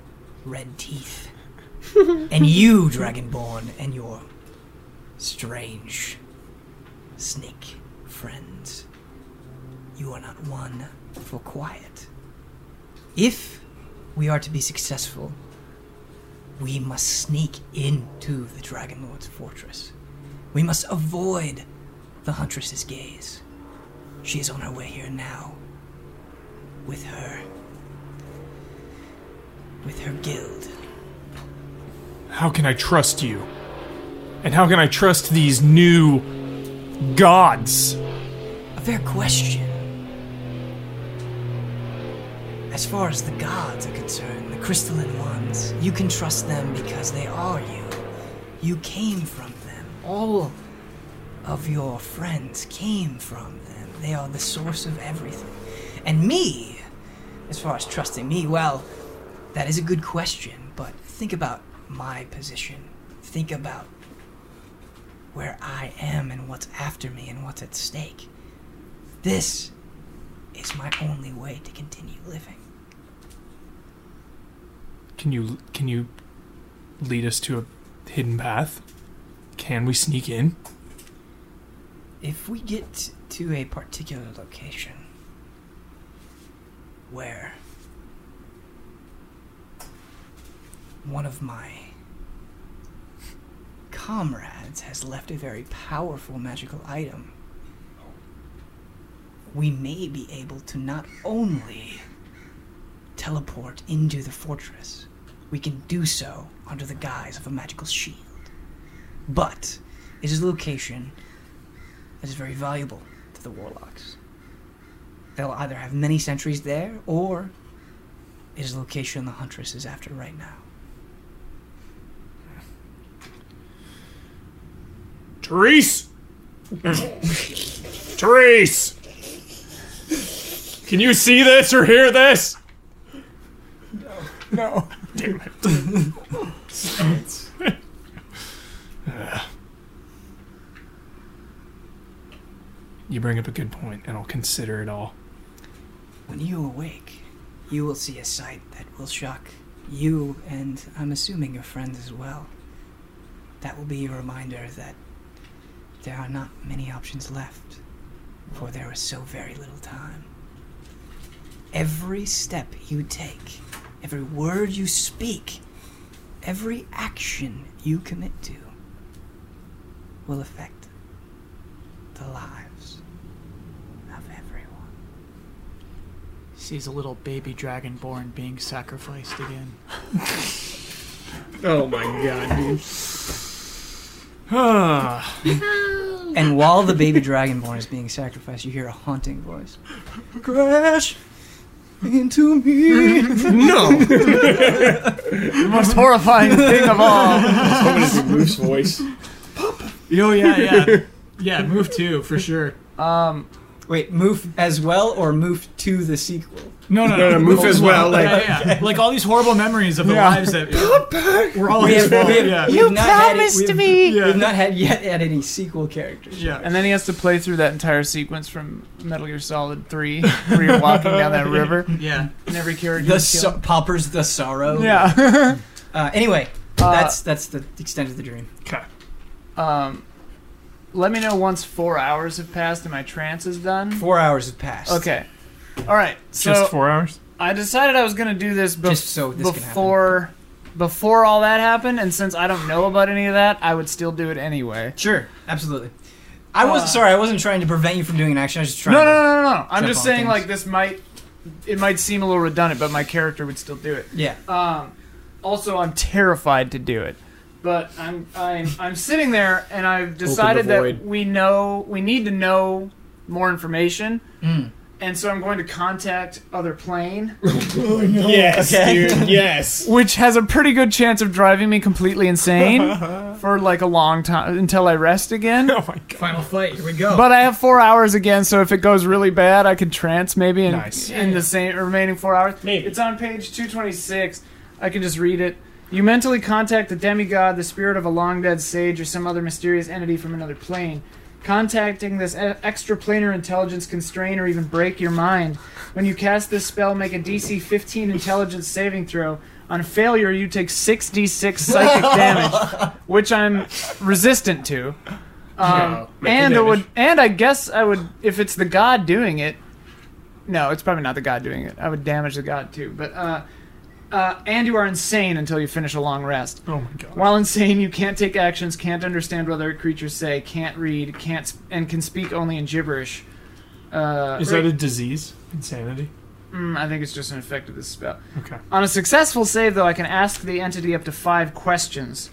Speaker 1: red teeth, and you, Dragonborn, and your strange snake friends, you are not one for quiet. If we are to be successful, we must sneak into the Dragon Lord's fortress. We must avoid the Huntress's gaze. She is on her way here now. With her. With her guild.
Speaker 2: How can I trust you? And how can I trust these new gods?
Speaker 1: A fair question. As far as the gods are concerned, the crystalline ones, you can trust them because they are you. You came from them. All of your friends came from them. They are the source of everything. And me, as far as trusting me, well, that is a good question, but think about my position. Think about where I am and what's after me and what's at stake. This is my only way to continue living.
Speaker 2: Can you can you lead us to a hidden path? Can we sneak in?
Speaker 1: If we get to a particular location where one of my comrades has left a very powerful magical item, we may be able to not only teleport into the fortress, we can do so under the guise of a magical shield. But it is a location that is very valuable to the warlocks. They'll either have many sentries there, or it is the location the huntress is after right now.
Speaker 2: Therese!
Speaker 4: Therese! Can you see this or hear this?
Speaker 2: No. You bring up a good point, and I'll consider it all.
Speaker 1: When you awake, you will see a sight that will shock you and I'm assuming your friends as well. That will be a reminder that there are not many options left, for there is so very little time. Every step you take, every word you speak, every action you commit to will affect the lives of everyone.
Speaker 5: Sees a little baby dragonborn being sacrificed again.
Speaker 4: Oh my god, dude.
Speaker 2: Ah,
Speaker 1: And while the baby dragonborn is being sacrificed, you hear a haunting voice. Crash into me.
Speaker 4: No!
Speaker 7: The most horrifying thing of all.
Speaker 4: Moose voice.
Speaker 3: Oh yeah, yeah, yeah. Move two for sure.
Speaker 7: Um,
Speaker 1: Wait, move as well or move to the sequel?
Speaker 3: No, no,
Speaker 4: No, no, move as well. Like,
Speaker 3: yeah, yeah. like all these horrible memories of the lives that we're
Speaker 5: Oh,
Speaker 3: all
Speaker 1: We
Speaker 3: his
Speaker 1: have,
Speaker 3: fault.
Speaker 1: we have,
Speaker 3: Yeah,
Speaker 1: we've not had it- we've-
Speaker 7: me.
Speaker 1: We've not had yet had any sequel characters.
Speaker 3: yeah.
Speaker 5: And then he has to play through that entire sequence from Metal Gear Solid 3, where you're walking down that river
Speaker 3: yeah.
Speaker 5: and every character
Speaker 1: The
Speaker 5: is killed.
Speaker 1: so- poppers, the sorrow.
Speaker 5: Yeah.
Speaker 1: Uh, anyway,
Speaker 5: Uh,
Speaker 1: that's that's the extent of the dream.
Speaker 5: um, let me know once four hours have passed and my trance is done.
Speaker 1: Four hours have passed.
Speaker 5: Okay. All right. So
Speaker 2: just four hours.
Speaker 5: I decided I was gonna do this, bef-
Speaker 1: Just so this can happen.
Speaker 5: before before all that happened, and since I don't know about any of that, I would still do it anyway.
Speaker 1: Sure. Absolutely. I was
Speaker 5: Uh,
Speaker 1: sorry. I wasn't trying to prevent you from doing an action. I was just trying.
Speaker 5: No, no,
Speaker 1: to,
Speaker 5: no, no, no. I'm
Speaker 1: Jump
Speaker 5: just
Speaker 1: on
Speaker 5: saying
Speaker 1: things.
Speaker 5: like this might it might seem a little redundant, but my character would still do it.
Speaker 1: Yeah.
Speaker 5: Um, also, I'm terrified to do it. But I'm I'm I'm sitting there, and I've decided that
Speaker 4: void.
Speaker 5: we know we need to know more information,
Speaker 4: Hmm.
Speaker 1: Mm.
Speaker 5: and so I'm going to contact other plane,
Speaker 4: yes,
Speaker 1: Okay.
Speaker 4: dude, yes.
Speaker 5: which has a pretty good chance of driving me completely insane for like a long time until I rest again.
Speaker 2: Oh my god.
Speaker 8: Final fight. Here we go.
Speaker 5: But I have four hours again, so if it goes really bad, I can trance maybe in,
Speaker 2: Nice.
Speaker 5: in the same remaining four hours.
Speaker 4: Maybe.
Speaker 5: It's on page 226. I can just read it. You mentally contact the demigod, the spirit of a long dead sage, or some other mysterious entity from another plane. Contacting this e- extraplanar intelligence can strain or even break your mind. When you cast this spell, make a DC 15 intelligence saving throw. On failure, you take 6d6 psychic damage, which I'm resistant to. Um,
Speaker 4: make
Speaker 5: and
Speaker 4: the
Speaker 5: it would, and I guess I would, if it's the god doing it. No, it's probably not the god doing it. I would damage the god too. But uh, uh, and you are insane until you finish a long rest.
Speaker 2: Oh my god.
Speaker 5: While insane, you can't take actions, can't understand what other creatures say, can't read, can't, sp- and can speak only in gibberish. Uh,
Speaker 2: Is that a disease? Insanity.
Speaker 5: mm, I think it's just an effect of this spell.
Speaker 2: Okay.
Speaker 5: On a successful save, though, I can ask the entity up to five questions,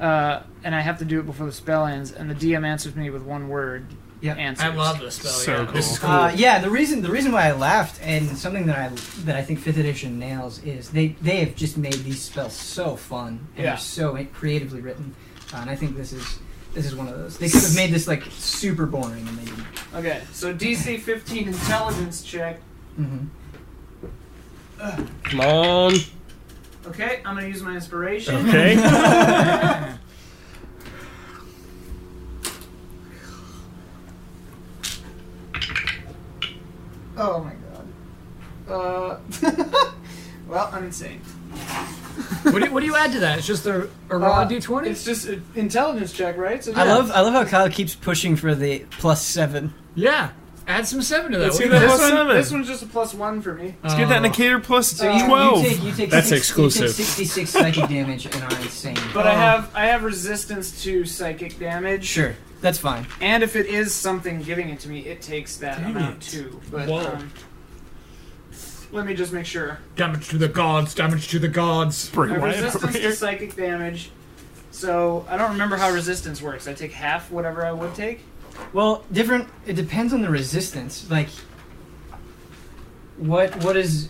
Speaker 5: uh, and I have to do it before the spell ends. And the DM answers me with one word.
Speaker 1: Yeah.
Speaker 5: answers.
Speaker 8: I love this spell.
Speaker 2: So
Speaker 8: yeah.
Speaker 2: cool.
Speaker 8: This is cool.
Speaker 1: Uh, yeah, the reason the reason why I laughed and something that I that I think fifth edition nails is they they have just made these spells so fun and
Speaker 5: Yeah.
Speaker 1: they're so creatively written, uh, and I think this is this is one of those. They could have made this like super boring and they didn't.
Speaker 5: Okay, so DC 15 intelligence check.
Speaker 1: Mhm.
Speaker 4: Come
Speaker 2: Oh,
Speaker 4: on.
Speaker 5: Okay, I'm gonna use my inspiration.
Speaker 4: Okay.
Speaker 5: Oh my god. Uh, well, I'm insane.
Speaker 8: what, do, what do you add to that? It's just a, a raw
Speaker 5: Uh,
Speaker 8: d20.
Speaker 5: It's just an intelligence check, right? So
Speaker 1: I love I love how Kyle keeps pushing for the plus seven.
Speaker 8: yeah. Add some seven to that.
Speaker 2: Let's
Speaker 8: What
Speaker 2: do
Speaker 8: do you
Speaker 2: that.
Speaker 8: got?
Speaker 5: this
Speaker 2: Plus
Speaker 5: one.
Speaker 2: seven.
Speaker 5: This one's just a plus one for me.
Speaker 2: Let's get that in a cater plus
Speaker 1: So you,
Speaker 2: twelve.
Speaker 1: you take you take
Speaker 4: That's
Speaker 1: six- you take
Speaker 4: exclusive.
Speaker 1: sixty six psychic damage and are insane.
Speaker 5: But I have I have resistance to psychic damage.
Speaker 1: Sure, that's fine.
Speaker 5: And if it is something giving it to me, it takes that amount too. But
Speaker 8: Whoa.
Speaker 5: um, let me just make sure.
Speaker 8: Damage to the gods. Damage to the gods.
Speaker 2: Bring
Speaker 5: I have
Speaker 2: Wyatt over
Speaker 5: resistance
Speaker 2: here.
Speaker 5: to psychic damage. So I don't remember how resistance works. I take half whatever I would take.
Speaker 1: Well, different. It depends on the resistance. Like, what what is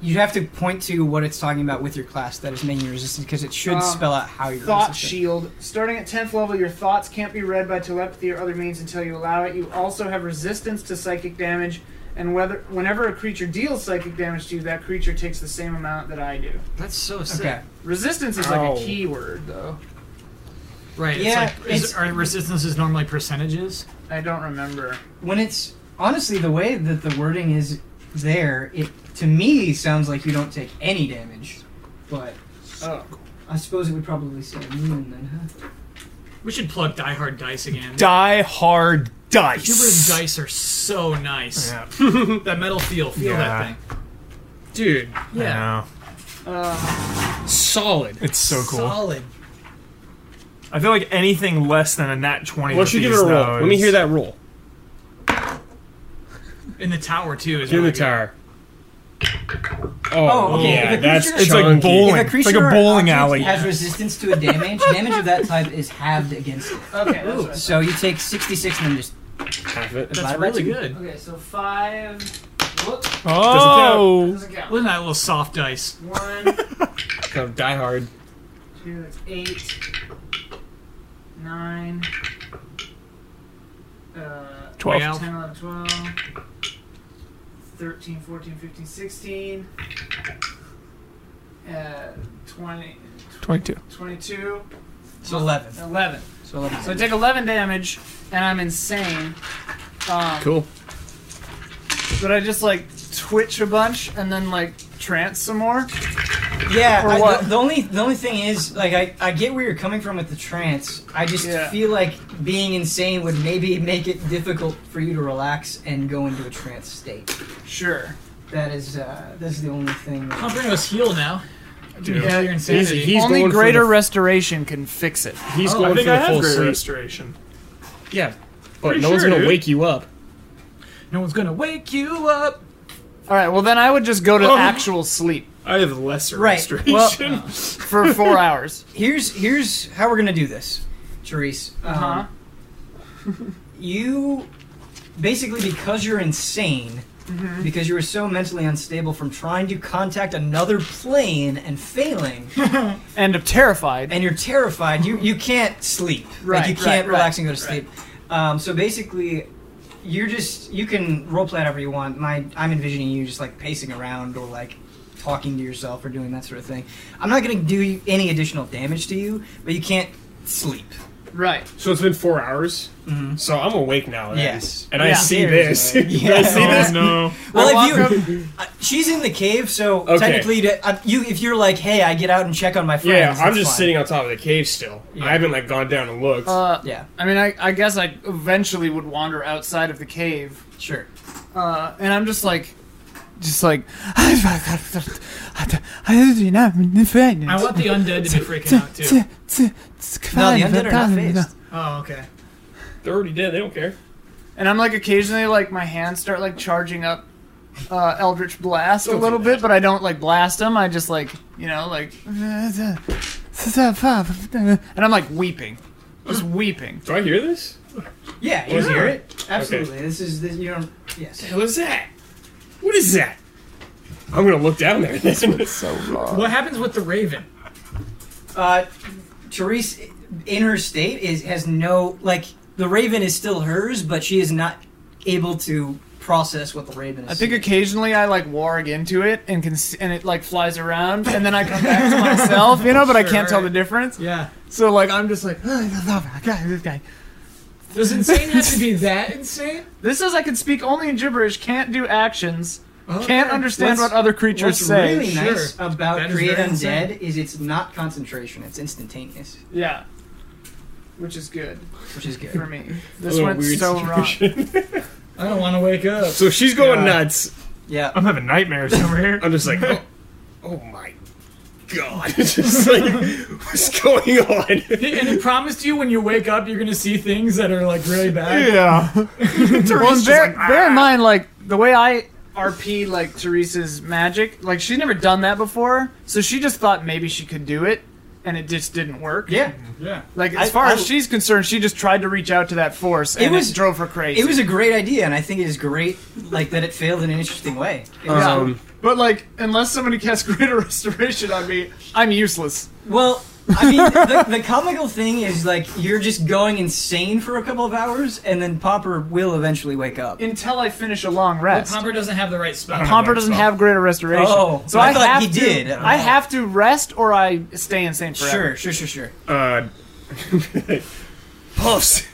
Speaker 1: you have to point to what it's talking about with your class that is making you resistant because it should
Speaker 5: Uh,
Speaker 1: spell out how you're
Speaker 5: Thought
Speaker 1: resistant.
Speaker 5: shield. Starting at 10th level, your thoughts can't be read by telepathy or other means until you allow it. You also have resistance to psychic damage, and whether whenever a creature deals psychic damage to you, that creature takes the same amount that I do.
Speaker 3: That's so sick.
Speaker 1: Okay.
Speaker 5: Resistance is like
Speaker 4: Ow.
Speaker 5: a keyword, though.
Speaker 3: Right.
Speaker 1: Yeah,
Speaker 3: It's like, is,
Speaker 1: it's-
Speaker 3: are resistances normally percentages?
Speaker 5: I don't remember.
Speaker 1: When it's honestly the way that the wording is there, it to me sounds like you don't take any damage, but
Speaker 5: Oh,
Speaker 1: I suppose it would probably say moon then, huh?
Speaker 3: We should plug Die Hard Dice again.
Speaker 2: Die hard dice.
Speaker 3: Cuba's dice are so nice.
Speaker 2: Yeah.
Speaker 3: That metal feel, feel that
Speaker 2: Yeah.
Speaker 3: thing.
Speaker 4: Dude,
Speaker 3: Yeah.
Speaker 2: I know.
Speaker 5: uh,
Speaker 4: solid.
Speaker 2: It's so cool.
Speaker 3: Solid.
Speaker 2: I feel like anything less than a nat 20.
Speaker 4: Why don't you
Speaker 2: with
Speaker 4: give it a
Speaker 2: these,
Speaker 4: roll?
Speaker 2: though,
Speaker 4: Let me
Speaker 2: is-
Speaker 4: hear that roll.
Speaker 3: In the tower too is
Speaker 4: Give
Speaker 3: really
Speaker 4: the
Speaker 3: good.
Speaker 4: tower.
Speaker 1: Oh,
Speaker 4: Oh,
Speaker 1: okay. If
Speaker 4: yeah,
Speaker 1: a
Speaker 4: that's
Speaker 1: creature-
Speaker 2: It's like
Speaker 4: chunky.
Speaker 1: If
Speaker 2: bowling.
Speaker 1: a
Speaker 2: It's
Speaker 1: creature
Speaker 2: like a
Speaker 1: or
Speaker 2: bowling
Speaker 1: object
Speaker 2: alley.
Speaker 1: has resistance to a damage, damage of that type is halved against it.
Speaker 5: Oh, okay. That's what I
Speaker 1: So you take 66 and then just
Speaker 4: Half it.
Speaker 1: divide
Speaker 3: That's
Speaker 1: by
Speaker 3: really
Speaker 1: two.
Speaker 3: good.
Speaker 5: Okay, so five. Whoop,
Speaker 2: Oh,
Speaker 5: doesn't count.
Speaker 3: Look at that little soft dice.
Speaker 5: One,
Speaker 4: Kind of die hard.
Speaker 5: two, that's eight, nine, uh,
Speaker 2: 12.
Speaker 3: Well,
Speaker 5: 10, 11, 12, 13, 14, 15, 16, uh, 20,
Speaker 2: 22.
Speaker 5: 22,
Speaker 1: So 11.
Speaker 5: 11.
Speaker 1: So 11.
Speaker 5: So I take 11 damage, and I'm insane. Um,
Speaker 4: Cool.
Speaker 5: But I just like twitch a bunch and then like trance some more.
Speaker 1: Yeah,
Speaker 5: Or
Speaker 1: I-
Speaker 5: what?
Speaker 1: The, the only the only thing is, like, I, I get where you're coming from with the trance. I just
Speaker 5: Yeah.
Speaker 1: feel like being insane would maybe make it difficult for you to relax and go into a trance state.
Speaker 5: Sure.
Speaker 1: That is uh, that's the only thing. that-
Speaker 3: I'll bring us heal now.
Speaker 2: Dude.
Speaker 3: Yeah, your insanity.
Speaker 4: He's
Speaker 5: Only
Speaker 4: going for
Speaker 5: greater
Speaker 4: the-
Speaker 5: restoration can fix it.
Speaker 4: He's
Speaker 2: Oh, I
Speaker 4: going
Speaker 2: think
Speaker 4: Oh, for
Speaker 2: I
Speaker 4: the
Speaker 2: have
Speaker 4: full
Speaker 2: great
Speaker 4: sleep.
Speaker 2: restoration.
Speaker 4: Yeah, but
Speaker 2: Pretty
Speaker 4: no one's
Speaker 2: sure,
Speaker 4: gonna
Speaker 2: dude.
Speaker 4: wake you up.
Speaker 3: No one's gonna wake you up.
Speaker 5: All right. Well, then I would just go to
Speaker 2: Oh.
Speaker 5: actual sleep
Speaker 2: I have lesser
Speaker 1: Right.
Speaker 2: restoration.
Speaker 5: Well- for four hours.
Speaker 1: Here's here's how we're gonna do this, Therese. Um,
Speaker 5: Uh-huh.
Speaker 1: you basically because you're insane,
Speaker 5: Mm-hmm.
Speaker 1: because you were so mentally unstable from trying to contact another plane and failing.
Speaker 5: End of terrified.
Speaker 1: and you're terrified, you you can't sleep. Like
Speaker 5: Right,
Speaker 1: you
Speaker 5: right,
Speaker 1: can't relax
Speaker 5: right,
Speaker 1: and go to sleep. Um, so basically, you're just you can roleplay however you want. My I'm envisioning you just like pacing around or like talking to yourself or doing that sort of thing. I'm not going to do you any additional damage to you, but you can't sleep.
Speaker 5: Right.
Speaker 4: So it's been four hours. So I'm awake now. Then.
Speaker 1: Yes.
Speaker 4: And I
Speaker 5: Yeah.
Speaker 4: see this. You
Speaker 1: Yeah.
Speaker 4: guys see
Speaker 2: Oh,
Speaker 4: this?
Speaker 2: no.
Speaker 1: Well,
Speaker 5: walk
Speaker 1: if you uh, she's in the cave, so
Speaker 4: Okay.
Speaker 1: technically, to, uh, you if you're like, hey, I get out and check on my friends.
Speaker 4: Yeah, I'm
Speaker 1: that's
Speaker 4: just
Speaker 1: fine.
Speaker 4: sitting on top of the cave still. I haven't like gone down and looked.
Speaker 5: Uh,
Speaker 1: Yeah,
Speaker 5: I mean, I, I guess I eventually would wander outside of the cave,
Speaker 1: sure.
Speaker 5: uh, and I'm just like, just like, I
Speaker 3: I want the undead to be freaking out too.
Speaker 1: No, the undead are not phased.
Speaker 3: Oh, okay.
Speaker 4: They're already dead. They don't care.
Speaker 5: And I'm like occasionally like my hands start like charging up uh, Eldritch Blast a
Speaker 4: Don't do
Speaker 5: little
Speaker 4: that.
Speaker 5: bit, but I don't like blast them. I just like you know like, and I'm like weeping, just weeping.
Speaker 4: Do I hear this?
Speaker 1: Yeah, you
Speaker 4: Was
Speaker 1: hear
Speaker 4: it?
Speaker 1: it? Absolutely. This is this, you don't. Yes.
Speaker 4: What is that? What is that? I'm gonna look down there. That's
Speaker 3: What happens with the raven?
Speaker 1: uh, Therese, in her state, is has no like the Raven is still hers, but she is not able to process what the Raven is.
Speaker 5: I think occasionally I like warg into it and can s- and it like flies around and then I come back to myself, you know, but I can't tell the difference.
Speaker 3: Yeah.
Speaker 5: So like I'm just like I love it. I got this guy.
Speaker 3: Does insane have to be that insane?
Speaker 5: This says I can speak only in gibberish, can't do actions,
Speaker 3: Okay.
Speaker 5: can't understand
Speaker 1: What's-
Speaker 5: what other creatures
Speaker 1: What's
Speaker 5: say.
Speaker 1: really
Speaker 3: sure.
Speaker 1: nice about
Speaker 3: That is
Speaker 1: Create
Speaker 3: very
Speaker 1: Undead is it's not concentration; it's instantaneous,
Speaker 5: Yeah. Which is good
Speaker 1: which is good.
Speaker 5: for me. This went so wrong.
Speaker 3: I don't want to wake up.
Speaker 4: So she's going
Speaker 2: Yeah.
Speaker 4: nuts.
Speaker 1: Yeah,
Speaker 5: Um,
Speaker 2: I'm having nightmares over here.
Speaker 4: I'm just like, oh, oh my god! just like, what's going on?
Speaker 3: And he promised you when you wake up you're gonna see things that are like really bad.
Speaker 2: yeah.
Speaker 5: Well, and bear,
Speaker 2: "Ah!"
Speaker 5: bear
Speaker 4: "Ah."
Speaker 5: in mind, like, the way I RP, like, Teresa's magic, like, she's never done that before, so she just thought maybe she could do it. and it just didn't work.
Speaker 1: Yeah,
Speaker 8: Yeah.
Speaker 5: Like as
Speaker 1: I-
Speaker 5: far
Speaker 1: I-
Speaker 5: as she's concerned, she just tried to reach out to that force, and it,
Speaker 1: was-
Speaker 5: drove her crazy.
Speaker 1: it was a great idea, and I think it is great, like that it failed in an interesting way. It
Speaker 5: Uh,
Speaker 1: was-
Speaker 4: Um,
Speaker 5: but like unless somebody casts greater restoration on me, I'm useless.
Speaker 1: Well, I mean, the, the comical thing is like you're just going insane for a couple of hours, and then Popper will eventually wake up.
Speaker 5: Until I finish a long
Speaker 3: Well,
Speaker 5: rest.
Speaker 3: Pomper doesn't have the right spell.
Speaker 5: Pomper doesn't have greater restoration.
Speaker 1: Oh,
Speaker 5: so
Speaker 1: I
Speaker 5: I,
Speaker 1: thought
Speaker 5: have
Speaker 1: he
Speaker 5: to,
Speaker 1: did. Oh.
Speaker 5: I have to rest or I stay insane forever.
Speaker 1: Sure, sure, sure, sure.
Speaker 4: uh, puffs.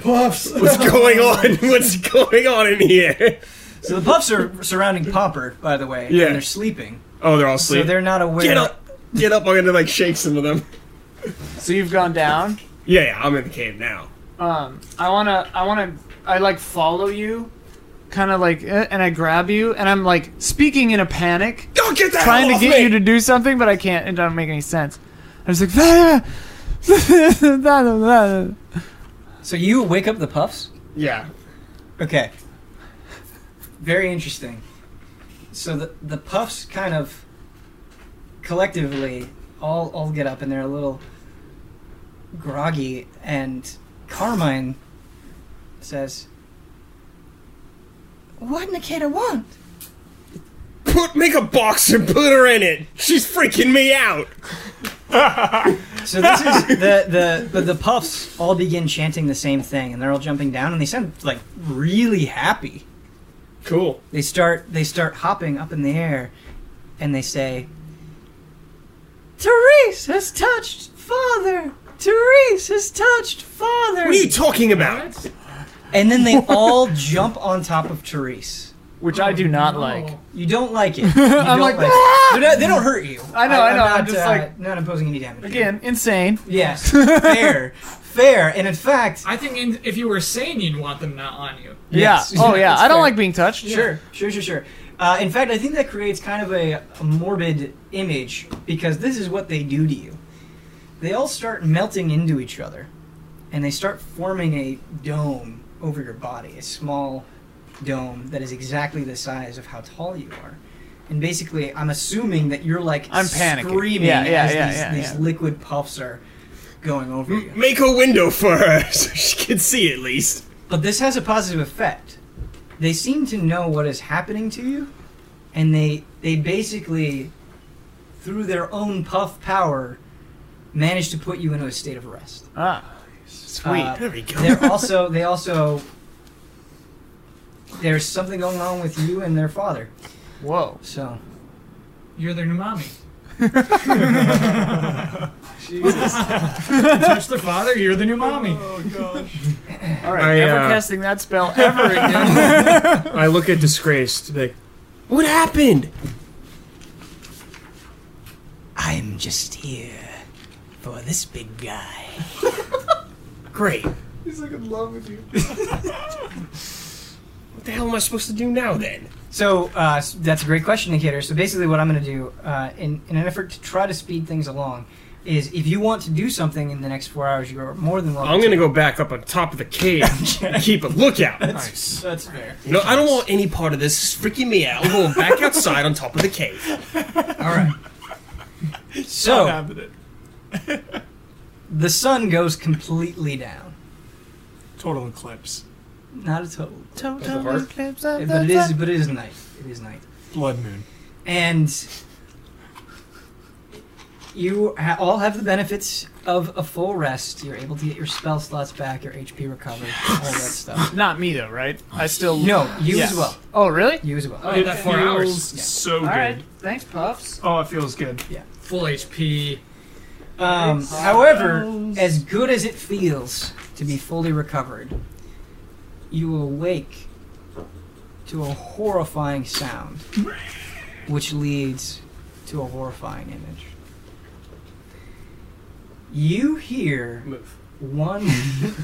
Speaker 4: Puffs. What's going on? What's going on in here?
Speaker 1: So the puffs are surrounding Popper, by the way,
Speaker 4: Yeah.
Speaker 1: and they're sleeping,
Speaker 4: Oh, they're all
Speaker 1: so
Speaker 4: asleep.
Speaker 1: they're not aware.
Speaker 4: Get up. Get up. I'm gonna like shake some of them.
Speaker 5: So you've gone down.
Speaker 4: Yeah, yeah. I'm in the cave now.
Speaker 5: Um, I wanna, I wanna, I like follow you, kind of like, eh, and I grab you, and I'm like speaking in a panic,
Speaker 4: Don't get that.
Speaker 5: trying to
Speaker 4: off
Speaker 5: get
Speaker 4: me!
Speaker 5: you to do something, but I can't. It doesn't make any sense. I was like, yeah,
Speaker 1: So you wake up the puffs.
Speaker 4: Yeah.
Speaker 1: Okay. Very interesting. So the the puffs kind of collectively all all get up and they're a little groggy and Carmine says What Nikita want?
Speaker 4: Put make a box and put her in it. She's freaking me out.
Speaker 1: So this is the the but the puffs all begin chanting the same thing and they're all jumping down and they sound like really happy.
Speaker 4: Cool.
Speaker 1: they start they start hopping up in the air and they say Therese has touched father Therese has touched father
Speaker 4: What are you talking about?
Speaker 1: and then they all jump on top of Therese
Speaker 5: which I do not like.
Speaker 1: you don't like it You don't
Speaker 5: like, "Ah!"
Speaker 1: it. They're not- they don't hurt you
Speaker 5: I know, I know,
Speaker 1: not,
Speaker 5: I'm just
Speaker 1: uh,
Speaker 5: like-
Speaker 1: not imposing any damage
Speaker 5: Again, insane.
Speaker 1: yes fair fair and in fact
Speaker 8: I think in, if you were sane, you'd want them not on you.
Speaker 1: Yes.
Speaker 5: Yeah. Oh yeah.
Speaker 1: That's
Speaker 5: I don't
Speaker 1: fair.
Speaker 5: like being touched.
Speaker 1: Sure, sure, sure, sure. Uh, in fact, I think that creates kind of a, a morbid image because this is what they do to you. They all start melting into each other, and they start forming a dome over your body, a small dome that is exactly the size of how tall you are. And basically, I'm assuming that you're like
Speaker 5: I'm panicking.
Speaker 1: screaming
Speaker 5: Yeah, yeah,
Speaker 1: as
Speaker 5: yeah,
Speaker 1: these,
Speaker 5: yeah,
Speaker 1: these
Speaker 5: yeah.
Speaker 1: liquid puffs are going over you.
Speaker 4: Make a window for her so she can see at least.
Speaker 1: But this has a positive effect. They seem to know what is happening to you, and they they basically, through their own puff power, manage to put you into a state of rest.
Speaker 5: Ah, sweet.
Speaker 1: Uh,
Speaker 4: There we go.
Speaker 1: they're also they also there's something going on with you and their father.
Speaker 5: Whoa.
Speaker 1: So
Speaker 8: You're their new mommy. Touch their father, you're the new mommy.
Speaker 5: All right.
Speaker 4: I,
Speaker 5: never
Speaker 4: uh,
Speaker 5: casting that spell ever again.
Speaker 4: I look at disgraced. Like, what happened?
Speaker 1: I'm just here for this big guy.
Speaker 4: Great. He's like in love with you. what the hell am I supposed to do now then?
Speaker 1: So uh, s- that's a great question, Nikator. So basically, what I'm going to do, uh, in, in an effort to try to speed things along, is if you want to do something in the next four hours, you are more than welcome.
Speaker 4: I'm gonna
Speaker 1: to.
Speaker 4: go back up on top of the cave and keep a lookout.
Speaker 1: That's fair.
Speaker 4: You know, I don't want any part of this. It's freaking me out. I'm going back outside on top of the cave.
Speaker 1: All right. so the sun goes completely down.
Speaker 2: Total eclipse.
Speaker 1: Not a total,
Speaker 5: Eclipse of
Speaker 1: but it
Speaker 5: the
Speaker 1: is.
Speaker 5: sun.
Speaker 1: But it is night. It is night.
Speaker 2: Blood moon.
Speaker 1: and you ha- all have the benefits of a full rest. You're able to get your spell slots back, your HP recovered, all that stuff.
Speaker 5: Not me though, right? I still.
Speaker 1: No, you
Speaker 5: Yes.
Speaker 1: as well.
Speaker 5: Oh really?
Speaker 1: You as well.
Speaker 8: Oh, that four hours.
Speaker 2: so
Speaker 5: All
Speaker 2: good.
Speaker 5: right. Thanks, puffs.
Speaker 2: Oh, it feels good.
Speaker 8: Full HP.
Speaker 1: Um, however, as good as it feels to be fully recovered, you awake to a horrifying sound, which leads to a horrifying image. You hear one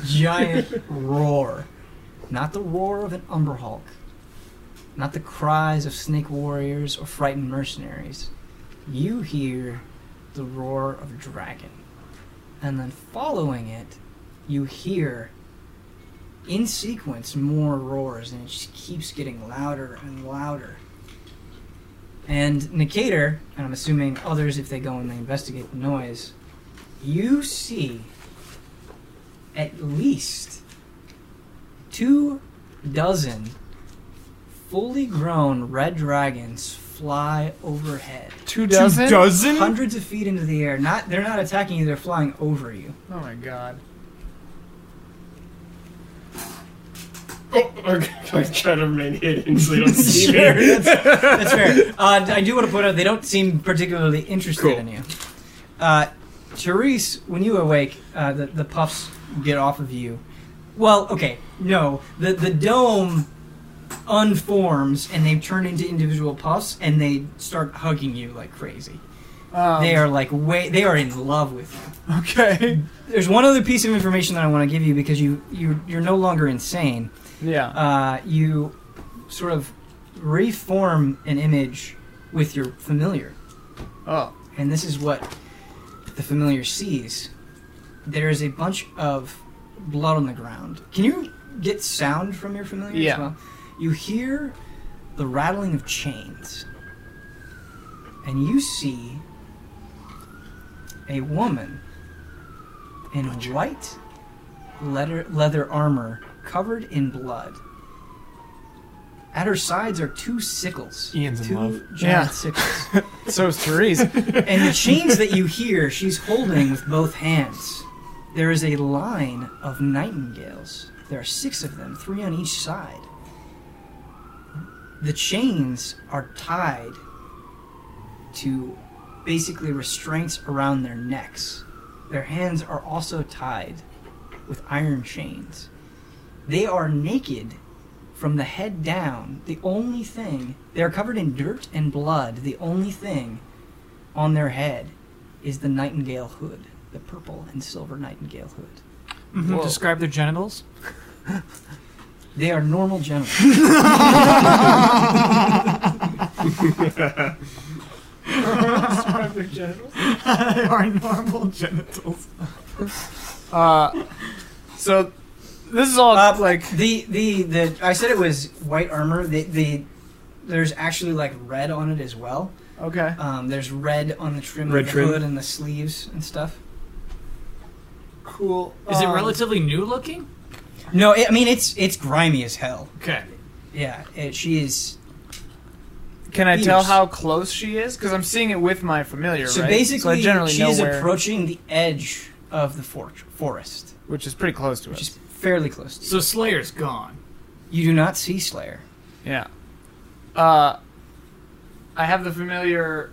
Speaker 1: giant roar. Not the roar of an Umber Hulk, not the cries of snake warriors or frightened mercenaries. You hear the roar of a dragon. And then following it, you hear in sequence more roars, and it just keeps getting louder and louder. And Nicator, and I'm assuming others if they go and they investigate the noise, you see at least two dozen fully grown red dragons fly overhead,
Speaker 5: Two dozen?
Speaker 2: Dozen?
Speaker 1: hundreds of feet into the air. Not they're not attacking you; they're flying over you.
Speaker 5: Oh my god.
Speaker 4: Oh, okay. I'm trying to remain hidden so they don't see me.
Speaker 1: that's, that's fair. Uh, I do want to point out they don't seem particularly interested
Speaker 4: Cool.
Speaker 1: in you. Uh, Therese, when you awake, uh, the, the puffs get off of you. Well, okay, no. The, the dome unforms and they turn into individual puffs and they start hugging you like crazy.
Speaker 5: Um,
Speaker 1: they are like way they are in love with you.
Speaker 5: Okay.
Speaker 1: There's one other piece of information that I want to give you because you you you're no longer insane
Speaker 5: Yeah.
Speaker 1: uh, you sort of reform an image with your familiar.
Speaker 5: Oh.
Speaker 1: And this is what the familiar sees. There is a bunch of blood on the ground. Can you get sound from your familiar
Speaker 5: Yeah.
Speaker 1: as well? You hear the rattling of chains. And you see a woman in white leather, leather armor covered in blood. At her sides are two sickles.
Speaker 2: Ian's in
Speaker 1: two
Speaker 2: love.
Speaker 1: giant
Speaker 5: Yeah.
Speaker 1: sickles.
Speaker 5: So is Therese.
Speaker 1: And the chains that you hear, she's holding with both hands. There is a line of nightingales. There are six of them, three on each side. The chains are tied to basically restraints around their necks. Their hands are also tied with iron chains. They are naked from the head down. The only thing, they are covered in dirt and blood. The only thing on their head is the nightingale hood, the purple and silver nightingale hood.
Speaker 7: Describe their genitals.
Speaker 1: They are normal genitals.
Speaker 8: Our normal genitals.
Speaker 5: Uh, so this is all
Speaker 1: Uh,
Speaker 5: like
Speaker 1: the, the the I said it was white armor. The, the there's actually like red on it as well.
Speaker 5: okay.
Speaker 1: Um, there's red on the trim
Speaker 4: Red
Speaker 1: of the
Speaker 4: trim.
Speaker 1: hood and the sleeves and stuff.
Speaker 5: Cool.
Speaker 8: Is it
Speaker 5: Um,
Speaker 8: relatively new looking?
Speaker 1: No, it, I mean it's it's grimy as hell.
Speaker 8: Okay.
Speaker 1: Yeah, it, she is.
Speaker 5: Can I tell
Speaker 1: fierce?
Speaker 5: how close she is? Because I'm seeing it with my familiar,
Speaker 1: So
Speaker 5: right?
Speaker 1: basically,
Speaker 5: I generally
Speaker 1: she
Speaker 5: know
Speaker 1: is
Speaker 5: where,
Speaker 1: approaching the edge of the for- forest,
Speaker 5: which is pretty close to
Speaker 1: which
Speaker 5: us.
Speaker 1: is fairly close. To you.
Speaker 8: So Slayer's gone.
Speaker 1: you do not see Slayer.
Speaker 5: Yeah. Uh, I have the familiar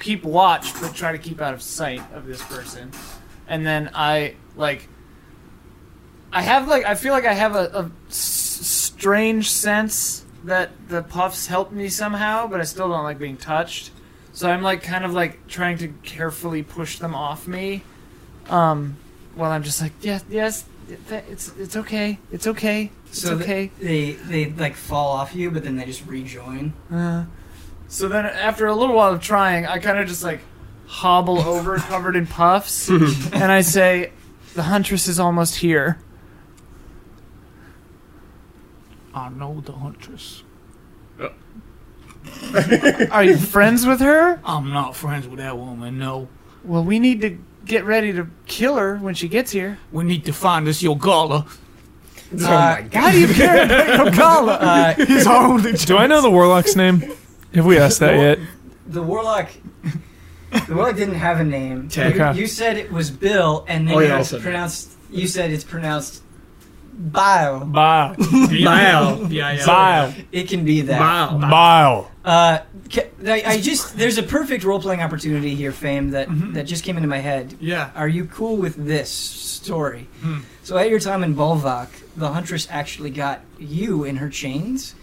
Speaker 5: keep watch, but try to keep out of sight of this person. And then I like, I have like, I feel like I have a, a s- strange sense that the puffs helped me somehow, but I still don't like being touched. So I'm like, kind of like trying to carefully push them off me. Um, while I'm just like, yes, yes, th- it's it's okay, it's okay, it's
Speaker 1: So the-
Speaker 5: okay.
Speaker 1: They they like fall off you, but then they just rejoin.
Speaker 5: Uh, so then, after a little while of trying, I kind of just like hobble over, covered in puffs, and I say, "The huntress is almost here."
Speaker 3: I know the huntress.
Speaker 5: Are you friends with her?
Speaker 3: I'm not friends with that woman. No.
Speaker 5: Well, we need to get ready to kill her when she gets here.
Speaker 3: We need to find this Yogala.
Speaker 4: Oh my god.
Speaker 5: Uh, How do you care about Yogala?
Speaker 1: Uh,
Speaker 2: Do I know Oh, the warlock's name? Have we asked that yet?
Speaker 1: the warlock. The warlock didn't have a name.
Speaker 4: Ted.
Speaker 1: You,
Speaker 2: Okay.
Speaker 1: you said it was Bill, and then
Speaker 4: Oh,
Speaker 1: you
Speaker 4: yeah, I
Speaker 1: it's
Speaker 4: said that.
Speaker 1: pronounced. You said it's pronounced Bile.
Speaker 2: Bile.
Speaker 4: Bile.
Speaker 8: Yeah, yeah.
Speaker 2: Bile.
Speaker 1: It can be that.
Speaker 4: Bile.
Speaker 2: Bile.
Speaker 1: Uh, ca- I, I just there's a perfect role playing opportunity here, Fame, that
Speaker 5: Mm-hmm.
Speaker 1: that just came into my head.
Speaker 8: Yeah.
Speaker 1: Are you cool with this story? So at your time in Bolvok, the huntress actually got you in her chains.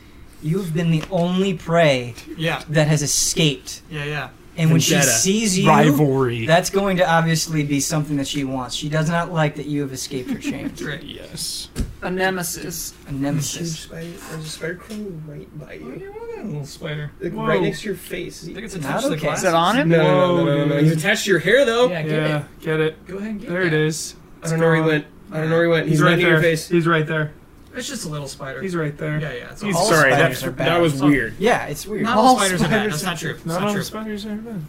Speaker 1: You've been the only prey
Speaker 8: Yeah.
Speaker 1: that has escaped.
Speaker 8: Yeah, yeah.
Speaker 1: And when she
Speaker 4: Vendetta.
Speaker 1: sees you,
Speaker 2: Rivalry.
Speaker 1: that's going to obviously be something that she wants. She does not like that you have escaped her chains.
Speaker 8: Great.
Speaker 2: Yes.
Speaker 5: A nemesis.
Speaker 1: A nemesis.
Speaker 9: There's a spider crawling right by
Speaker 8: Oh,
Speaker 9: you.
Speaker 8: Little spider.
Speaker 9: Like
Speaker 8: Whoa.
Speaker 9: right next to your face.
Speaker 8: I think it's
Speaker 1: Not
Speaker 8: attached to the
Speaker 1: okay.
Speaker 8: glass.
Speaker 5: Is it on him?
Speaker 9: No, no, no, no, no, no.
Speaker 2: Whoa,
Speaker 9: He's attached to your hair though.
Speaker 8: Yeah, get
Speaker 2: Oh, Yeah,
Speaker 8: it.
Speaker 2: get it.
Speaker 8: Go ahead and get
Speaker 2: There it
Speaker 8: that.
Speaker 2: is.
Speaker 9: I don't know where he went. I don't know where he went. He's,
Speaker 2: He's
Speaker 9: right
Speaker 2: right
Speaker 9: near your
Speaker 2: there.
Speaker 9: face.
Speaker 2: He's right there.
Speaker 8: It's just a little spider.
Speaker 2: He's right there.
Speaker 8: yeah, yeah. It's
Speaker 2: He's-
Speaker 8: all-
Speaker 1: All
Speaker 4: Sorry,
Speaker 1: spiders are bad.
Speaker 4: That was weird.
Speaker 1: yeah, it's weird.
Speaker 8: Not all
Speaker 5: All
Speaker 8: spiders are bad.
Speaker 5: spiders
Speaker 8: That's not true. That's
Speaker 2: Not
Speaker 8: not
Speaker 2: all
Speaker 8: true.
Speaker 2: the spiders are bad.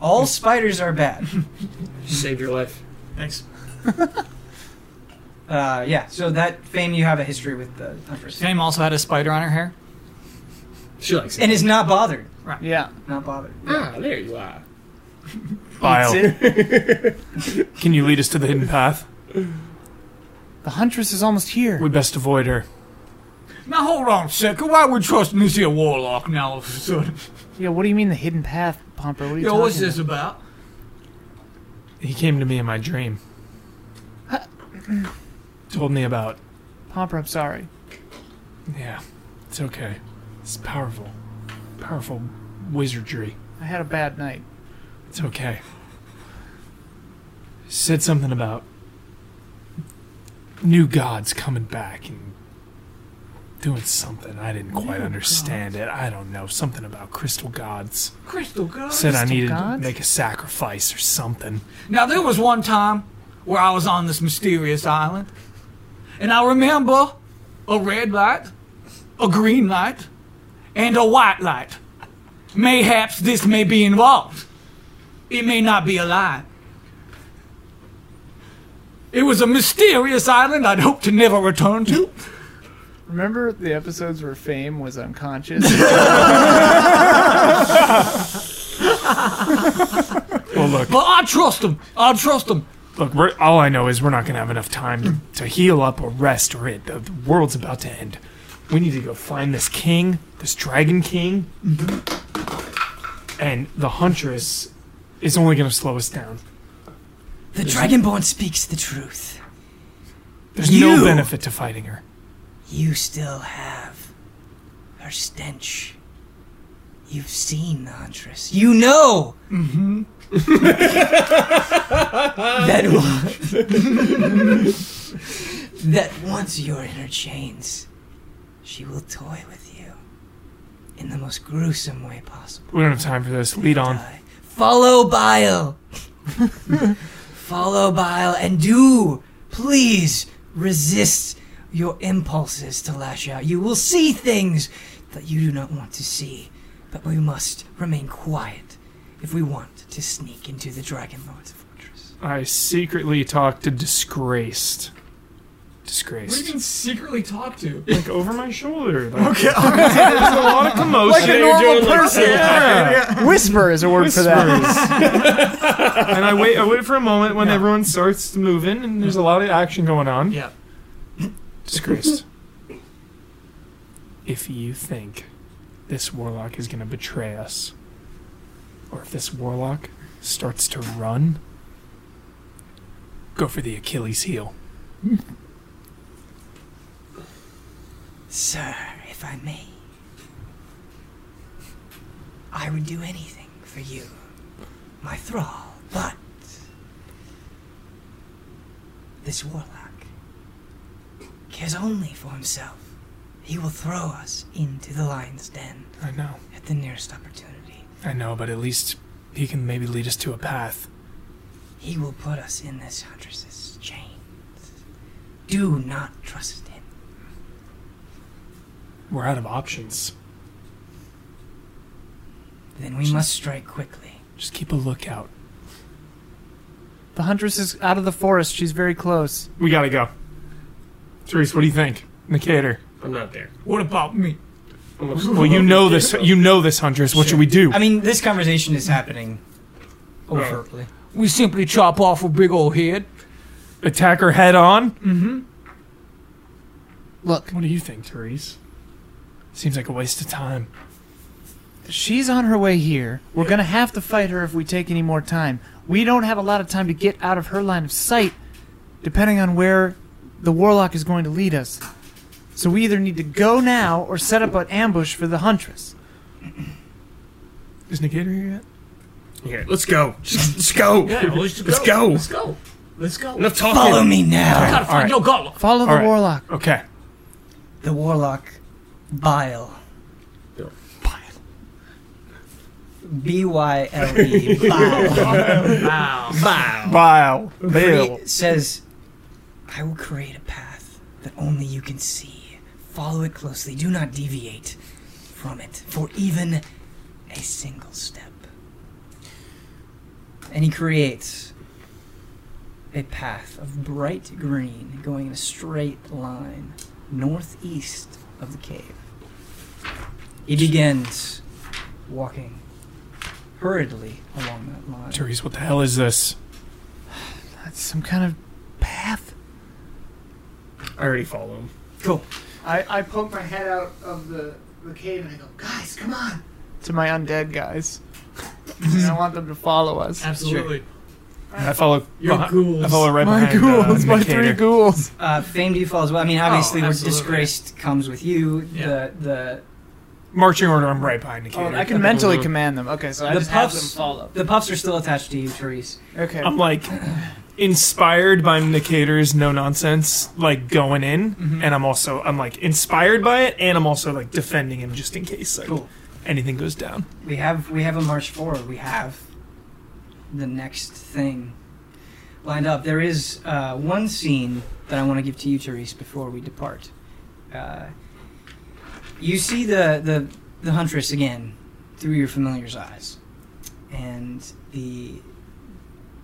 Speaker 1: All spiders are bad.
Speaker 4: Saved your life.
Speaker 8: Thanks.
Speaker 1: Uh, yeah, so that fame you have a history with the Huntress.
Speaker 3: Fame also had a spider on her hair.
Speaker 4: She likes it.
Speaker 1: And is not bothered.
Speaker 5: Yeah.
Speaker 1: Not bothered.
Speaker 4: Ah, there you are.
Speaker 2: Bile. Can you lead us to the hidden path?
Speaker 5: The Huntress is almost here.
Speaker 2: We best avoid her.
Speaker 8: Now hold on a second. Why we trusting this here warlock now all of a sudden?
Speaker 5: Yeah, what do you mean the hidden path, Pomper? What are you
Speaker 8: Yo,
Speaker 5: talking
Speaker 8: what's this about?
Speaker 2: He came to me in my dream. Told me about.
Speaker 5: about? Pomper, I'm sorry.
Speaker 2: Yeah, it's okay. It's powerful. Powerful wizardry.
Speaker 5: I had a bad night.
Speaker 2: It's okay. Said something about new gods coming back and doing something. I didn't quite understand it. I don't know. Something about crystal gods.
Speaker 8: Crystal God.
Speaker 2: Said I
Speaker 5: Oh, Crystal
Speaker 2: needed
Speaker 5: gods?
Speaker 2: to make a sacrifice or something.
Speaker 8: Now there was one time where I was on this mysterious island, and I remember a red light, a green light, and a white light. Mayhaps this may be involved. It may not be a lie. It was a mysterious island I'd hope to never return to.
Speaker 5: Remember the episodes where Fame was unconscious?
Speaker 2: Well, look,
Speaker 8: But I trust him. I trust him.
Speaker 2: look. We're, all I know is we're not gonna have enough time to, to heal up or rest, or it. The, the world's about to end. We need to go find this king, this dragon king, and the huntress is only gonna slow us down.
Speaker 1: The Dragonborn speaks the truth.
Speaker 2: There's
Speaker 1: You-
Speaker 2: no benefit to fighting her.
Speaker 1: You still have her stench. You've seen the Huntress. You know! Mm-hmm. that, wa- that once you're in her chains, she will toy with you in the most gruesome way possible.
Speaker 2: We don't have time for this. Lead on.
Speaker 1: die. Follow Bile. Follow Bile and do, please, resist your impulses to lash out. You will see things that you do not want to see, but we must remain quiet if we want to sneak into the Dragon Lord's fortress.
Speaker 2: I secretly talked to Disgraced. Disgraced.
Speaker 8: mean secretly talk to?
Speaker 2: Like over my shoulder. okay. There's a lot of commotion.
Speaker 5: Like a normal person.
Speaker 2: Yeah.
Speaker 5: Whisper is a word for that.
Speaker 2: and I wait. I wait for a moment when everyone starts moving, and there's a lot of action going on.
Speaker 8: Yeah.
Speaker 2: Disgraced. if you think this warlock is going to betray us, or if this warlock starts to run, go for the Achilles heel.
Speaker 1: Sir, if I may, I would do anything for you, my thrall, but this warlock cares only for himself. He will throw us into the lion's den
Speaker 2: I know.
Speaker 1: at the nearest opportunity.
Speaker 2: I know, but at least he can maybe lead us to a path.
Speaker 1: He will put us in this huntress's chains. Do not trust him.
Speaker 2: We're out of options.
Speaker 1: Then we must strike quickly.
Speaker 2: Just keep a lookout.
Speaker 5: The Huntress is out of the forest. She's very close.
Speaker 2: We gotta go. Therese, what do you think? Nicator.
Speaker 4: I'm not there.
Speaker 8: What about me?
Speaker 4: I'm
Speaker 2: Well, you know this. You know this, Huntress. What should we do?
Speaker 1: mean, this conversation is happening
Speaker 4: overtly.
Speaker 8: We simply chop off a big old head.
Speaker 2: Attack her head on?
Speaker 5: Look,
Speaker 2: What do you think, Therese? Seems like a waste of time.
Speaker 5: she's on her way here. We're gonna have to fight her if we take any more time. We don't have a lot of time to get out of her line of sight, depending on where the warlock is going to lead us. So we either need to go now or set up an ambush for the Huntress.
Speaker 2: Is Nicator here yet?
Speaker 4: Here, let's go. Just, just go.
Speaker 8: let's,
Speaker 4: Let's go.
Speaker 8: Let's go. Let's go.
Speaker 4: Enough talking.
Speaker 1: Follow me now!
Speaker 8: Gotta find
Speaker 2: right.
Speaker 8: your gauntlet.
Speaker 5: Follow the
Speaker 2: All right.
Speaker 5: warlock.
Speaker 2: Okay.
Speaker 1: the warlock Bile. B Y L E Bile.
Speaker 8: Wow.
Speaker 4: Bow.
Speaker 2: Bile.
Speaker 1: He says, I will create a path that only you can see. Follow it closely. Do not deviate from it for even a single step. and he creates a path of bright green going in a straight line northeast of the cave. He begins walking hurriedly along that line.
Speaker 2: Therese, what the hell is this?
Speaker 5: That's some kind of path.
Speaker 4: I already follow him.
Speaker 5: I, I poke my head out of the, the cave and I go, guys, come on! To my undead guys. and I want them to follow us.
Speaker 3: Absolutely.
Speaker 2: I follow.
Speaker 3: Your
Speaker 2: behi-
Speaker 3: ghouls.
Speaker 2: I follow right
Speaker 5: My
Speaker 2: behind. uh,
Speaker 5: ghouls, my three
Speaker 2: Nicator.
Speaker 5: ghouls.
Speaker 1: Uh, fame do you fall as well. I mean, obviously,
Speaker 3: Oh,
Speaker 1: where
Speaker 3: absolutely.
Speaker 1: disgraced comes with you.
Speaker 3: Yeah.
Speaker 1: The the
Speaker 2: Marching order. I'm right behind Nicator.
Speaker 5: I can mentally command them. Okay, so I
Speaker 1: Mm-hmm. The
Speaker 5: just have them
Speaker 1: puffs-
Speaker 5: follow.
Speaker 1: the puffs are still attached to you, Therese.
Speaker 5: Okay.
Speaker 2: I'm like inspired by Nicator's no nonsense, like going in, and I'm also I'm like inspired by it, and I'm also like defending him just in case like
Speaker 1: Cool.
Speaker 2: anything goes down.
Speaker 1: We have we have a march forward. We have the next thing lined up. There is uh, one scene that I want to give to you, Therese, before we depart. Uh, you see the, the the huntress again through your familiar's eyes, and the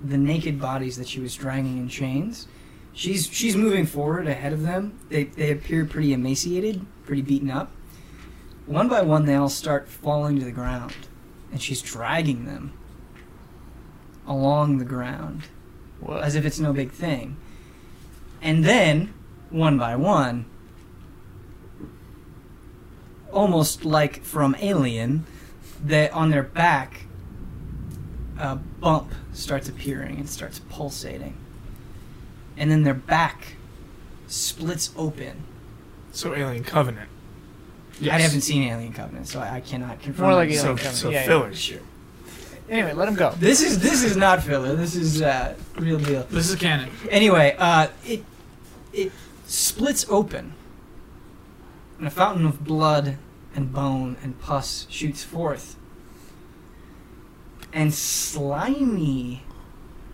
Speaker 1: the naked bodies that she was dragging in chains. She's she's moving forward ahead of them. They they appear pretty emaciated, pretty beaten up. One by one, they all start falling to the ground, and she's dragging them along the ground as if it's no big thing. And then, one by one, almost like from Alien, that on their back, a bump starts appearing and starts pulsating. And then their back splits open.
Speaker 2: So Alien Covenant.
Speaker 1: I haven't seen Alien Covenant, so I, I cannot confirm.
Speaker 5: More like
Speaker 1: that.
Speaker 5: Alien
Speaker 2: so
Speaker 5: Covenant,
Speaker 2: so
Speaker 5: yeah, yeah.
Speaker 2: filler.
Speaker 5: Anyway, let him go.
Speaker 1: This is this is not filler. This is uh, real deal.
Speaker 3: This is canon.
Speaker 1: Anyway, uh, it it splits open, and a fountain of blood and bone and pus shoots forth, and slimy,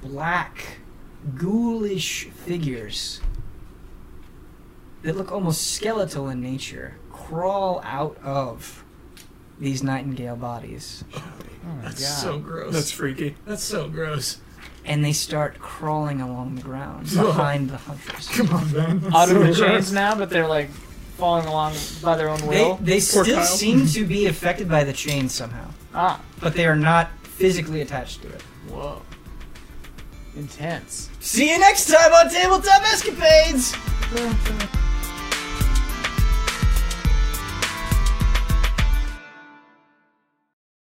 Speaker 1: black, ghoulish figures that look almost skeletal in nature crawl out of these nightingale bodies,
Speaker 9: That's so gross.
Speaker 2: That's freaky.
Speaker 9: That's so gross.
Speaker 1: and they start crawling along the ground behind the hunters.
Speaker 5: Out of the chains now, but they're like falling along by their own
Speaker 1: They,
Speaker 5: will.
Speaker 1: they still
Speaker 9: Kyle.
Speaker 1: seem to be affected by the chain somehow,
Speaker 5: ah,
Speaker 1: but they are not physically attached to it.
Speaker 5: whoa. Intense.
Speaker 1: See you next time on Tabletop Escapades!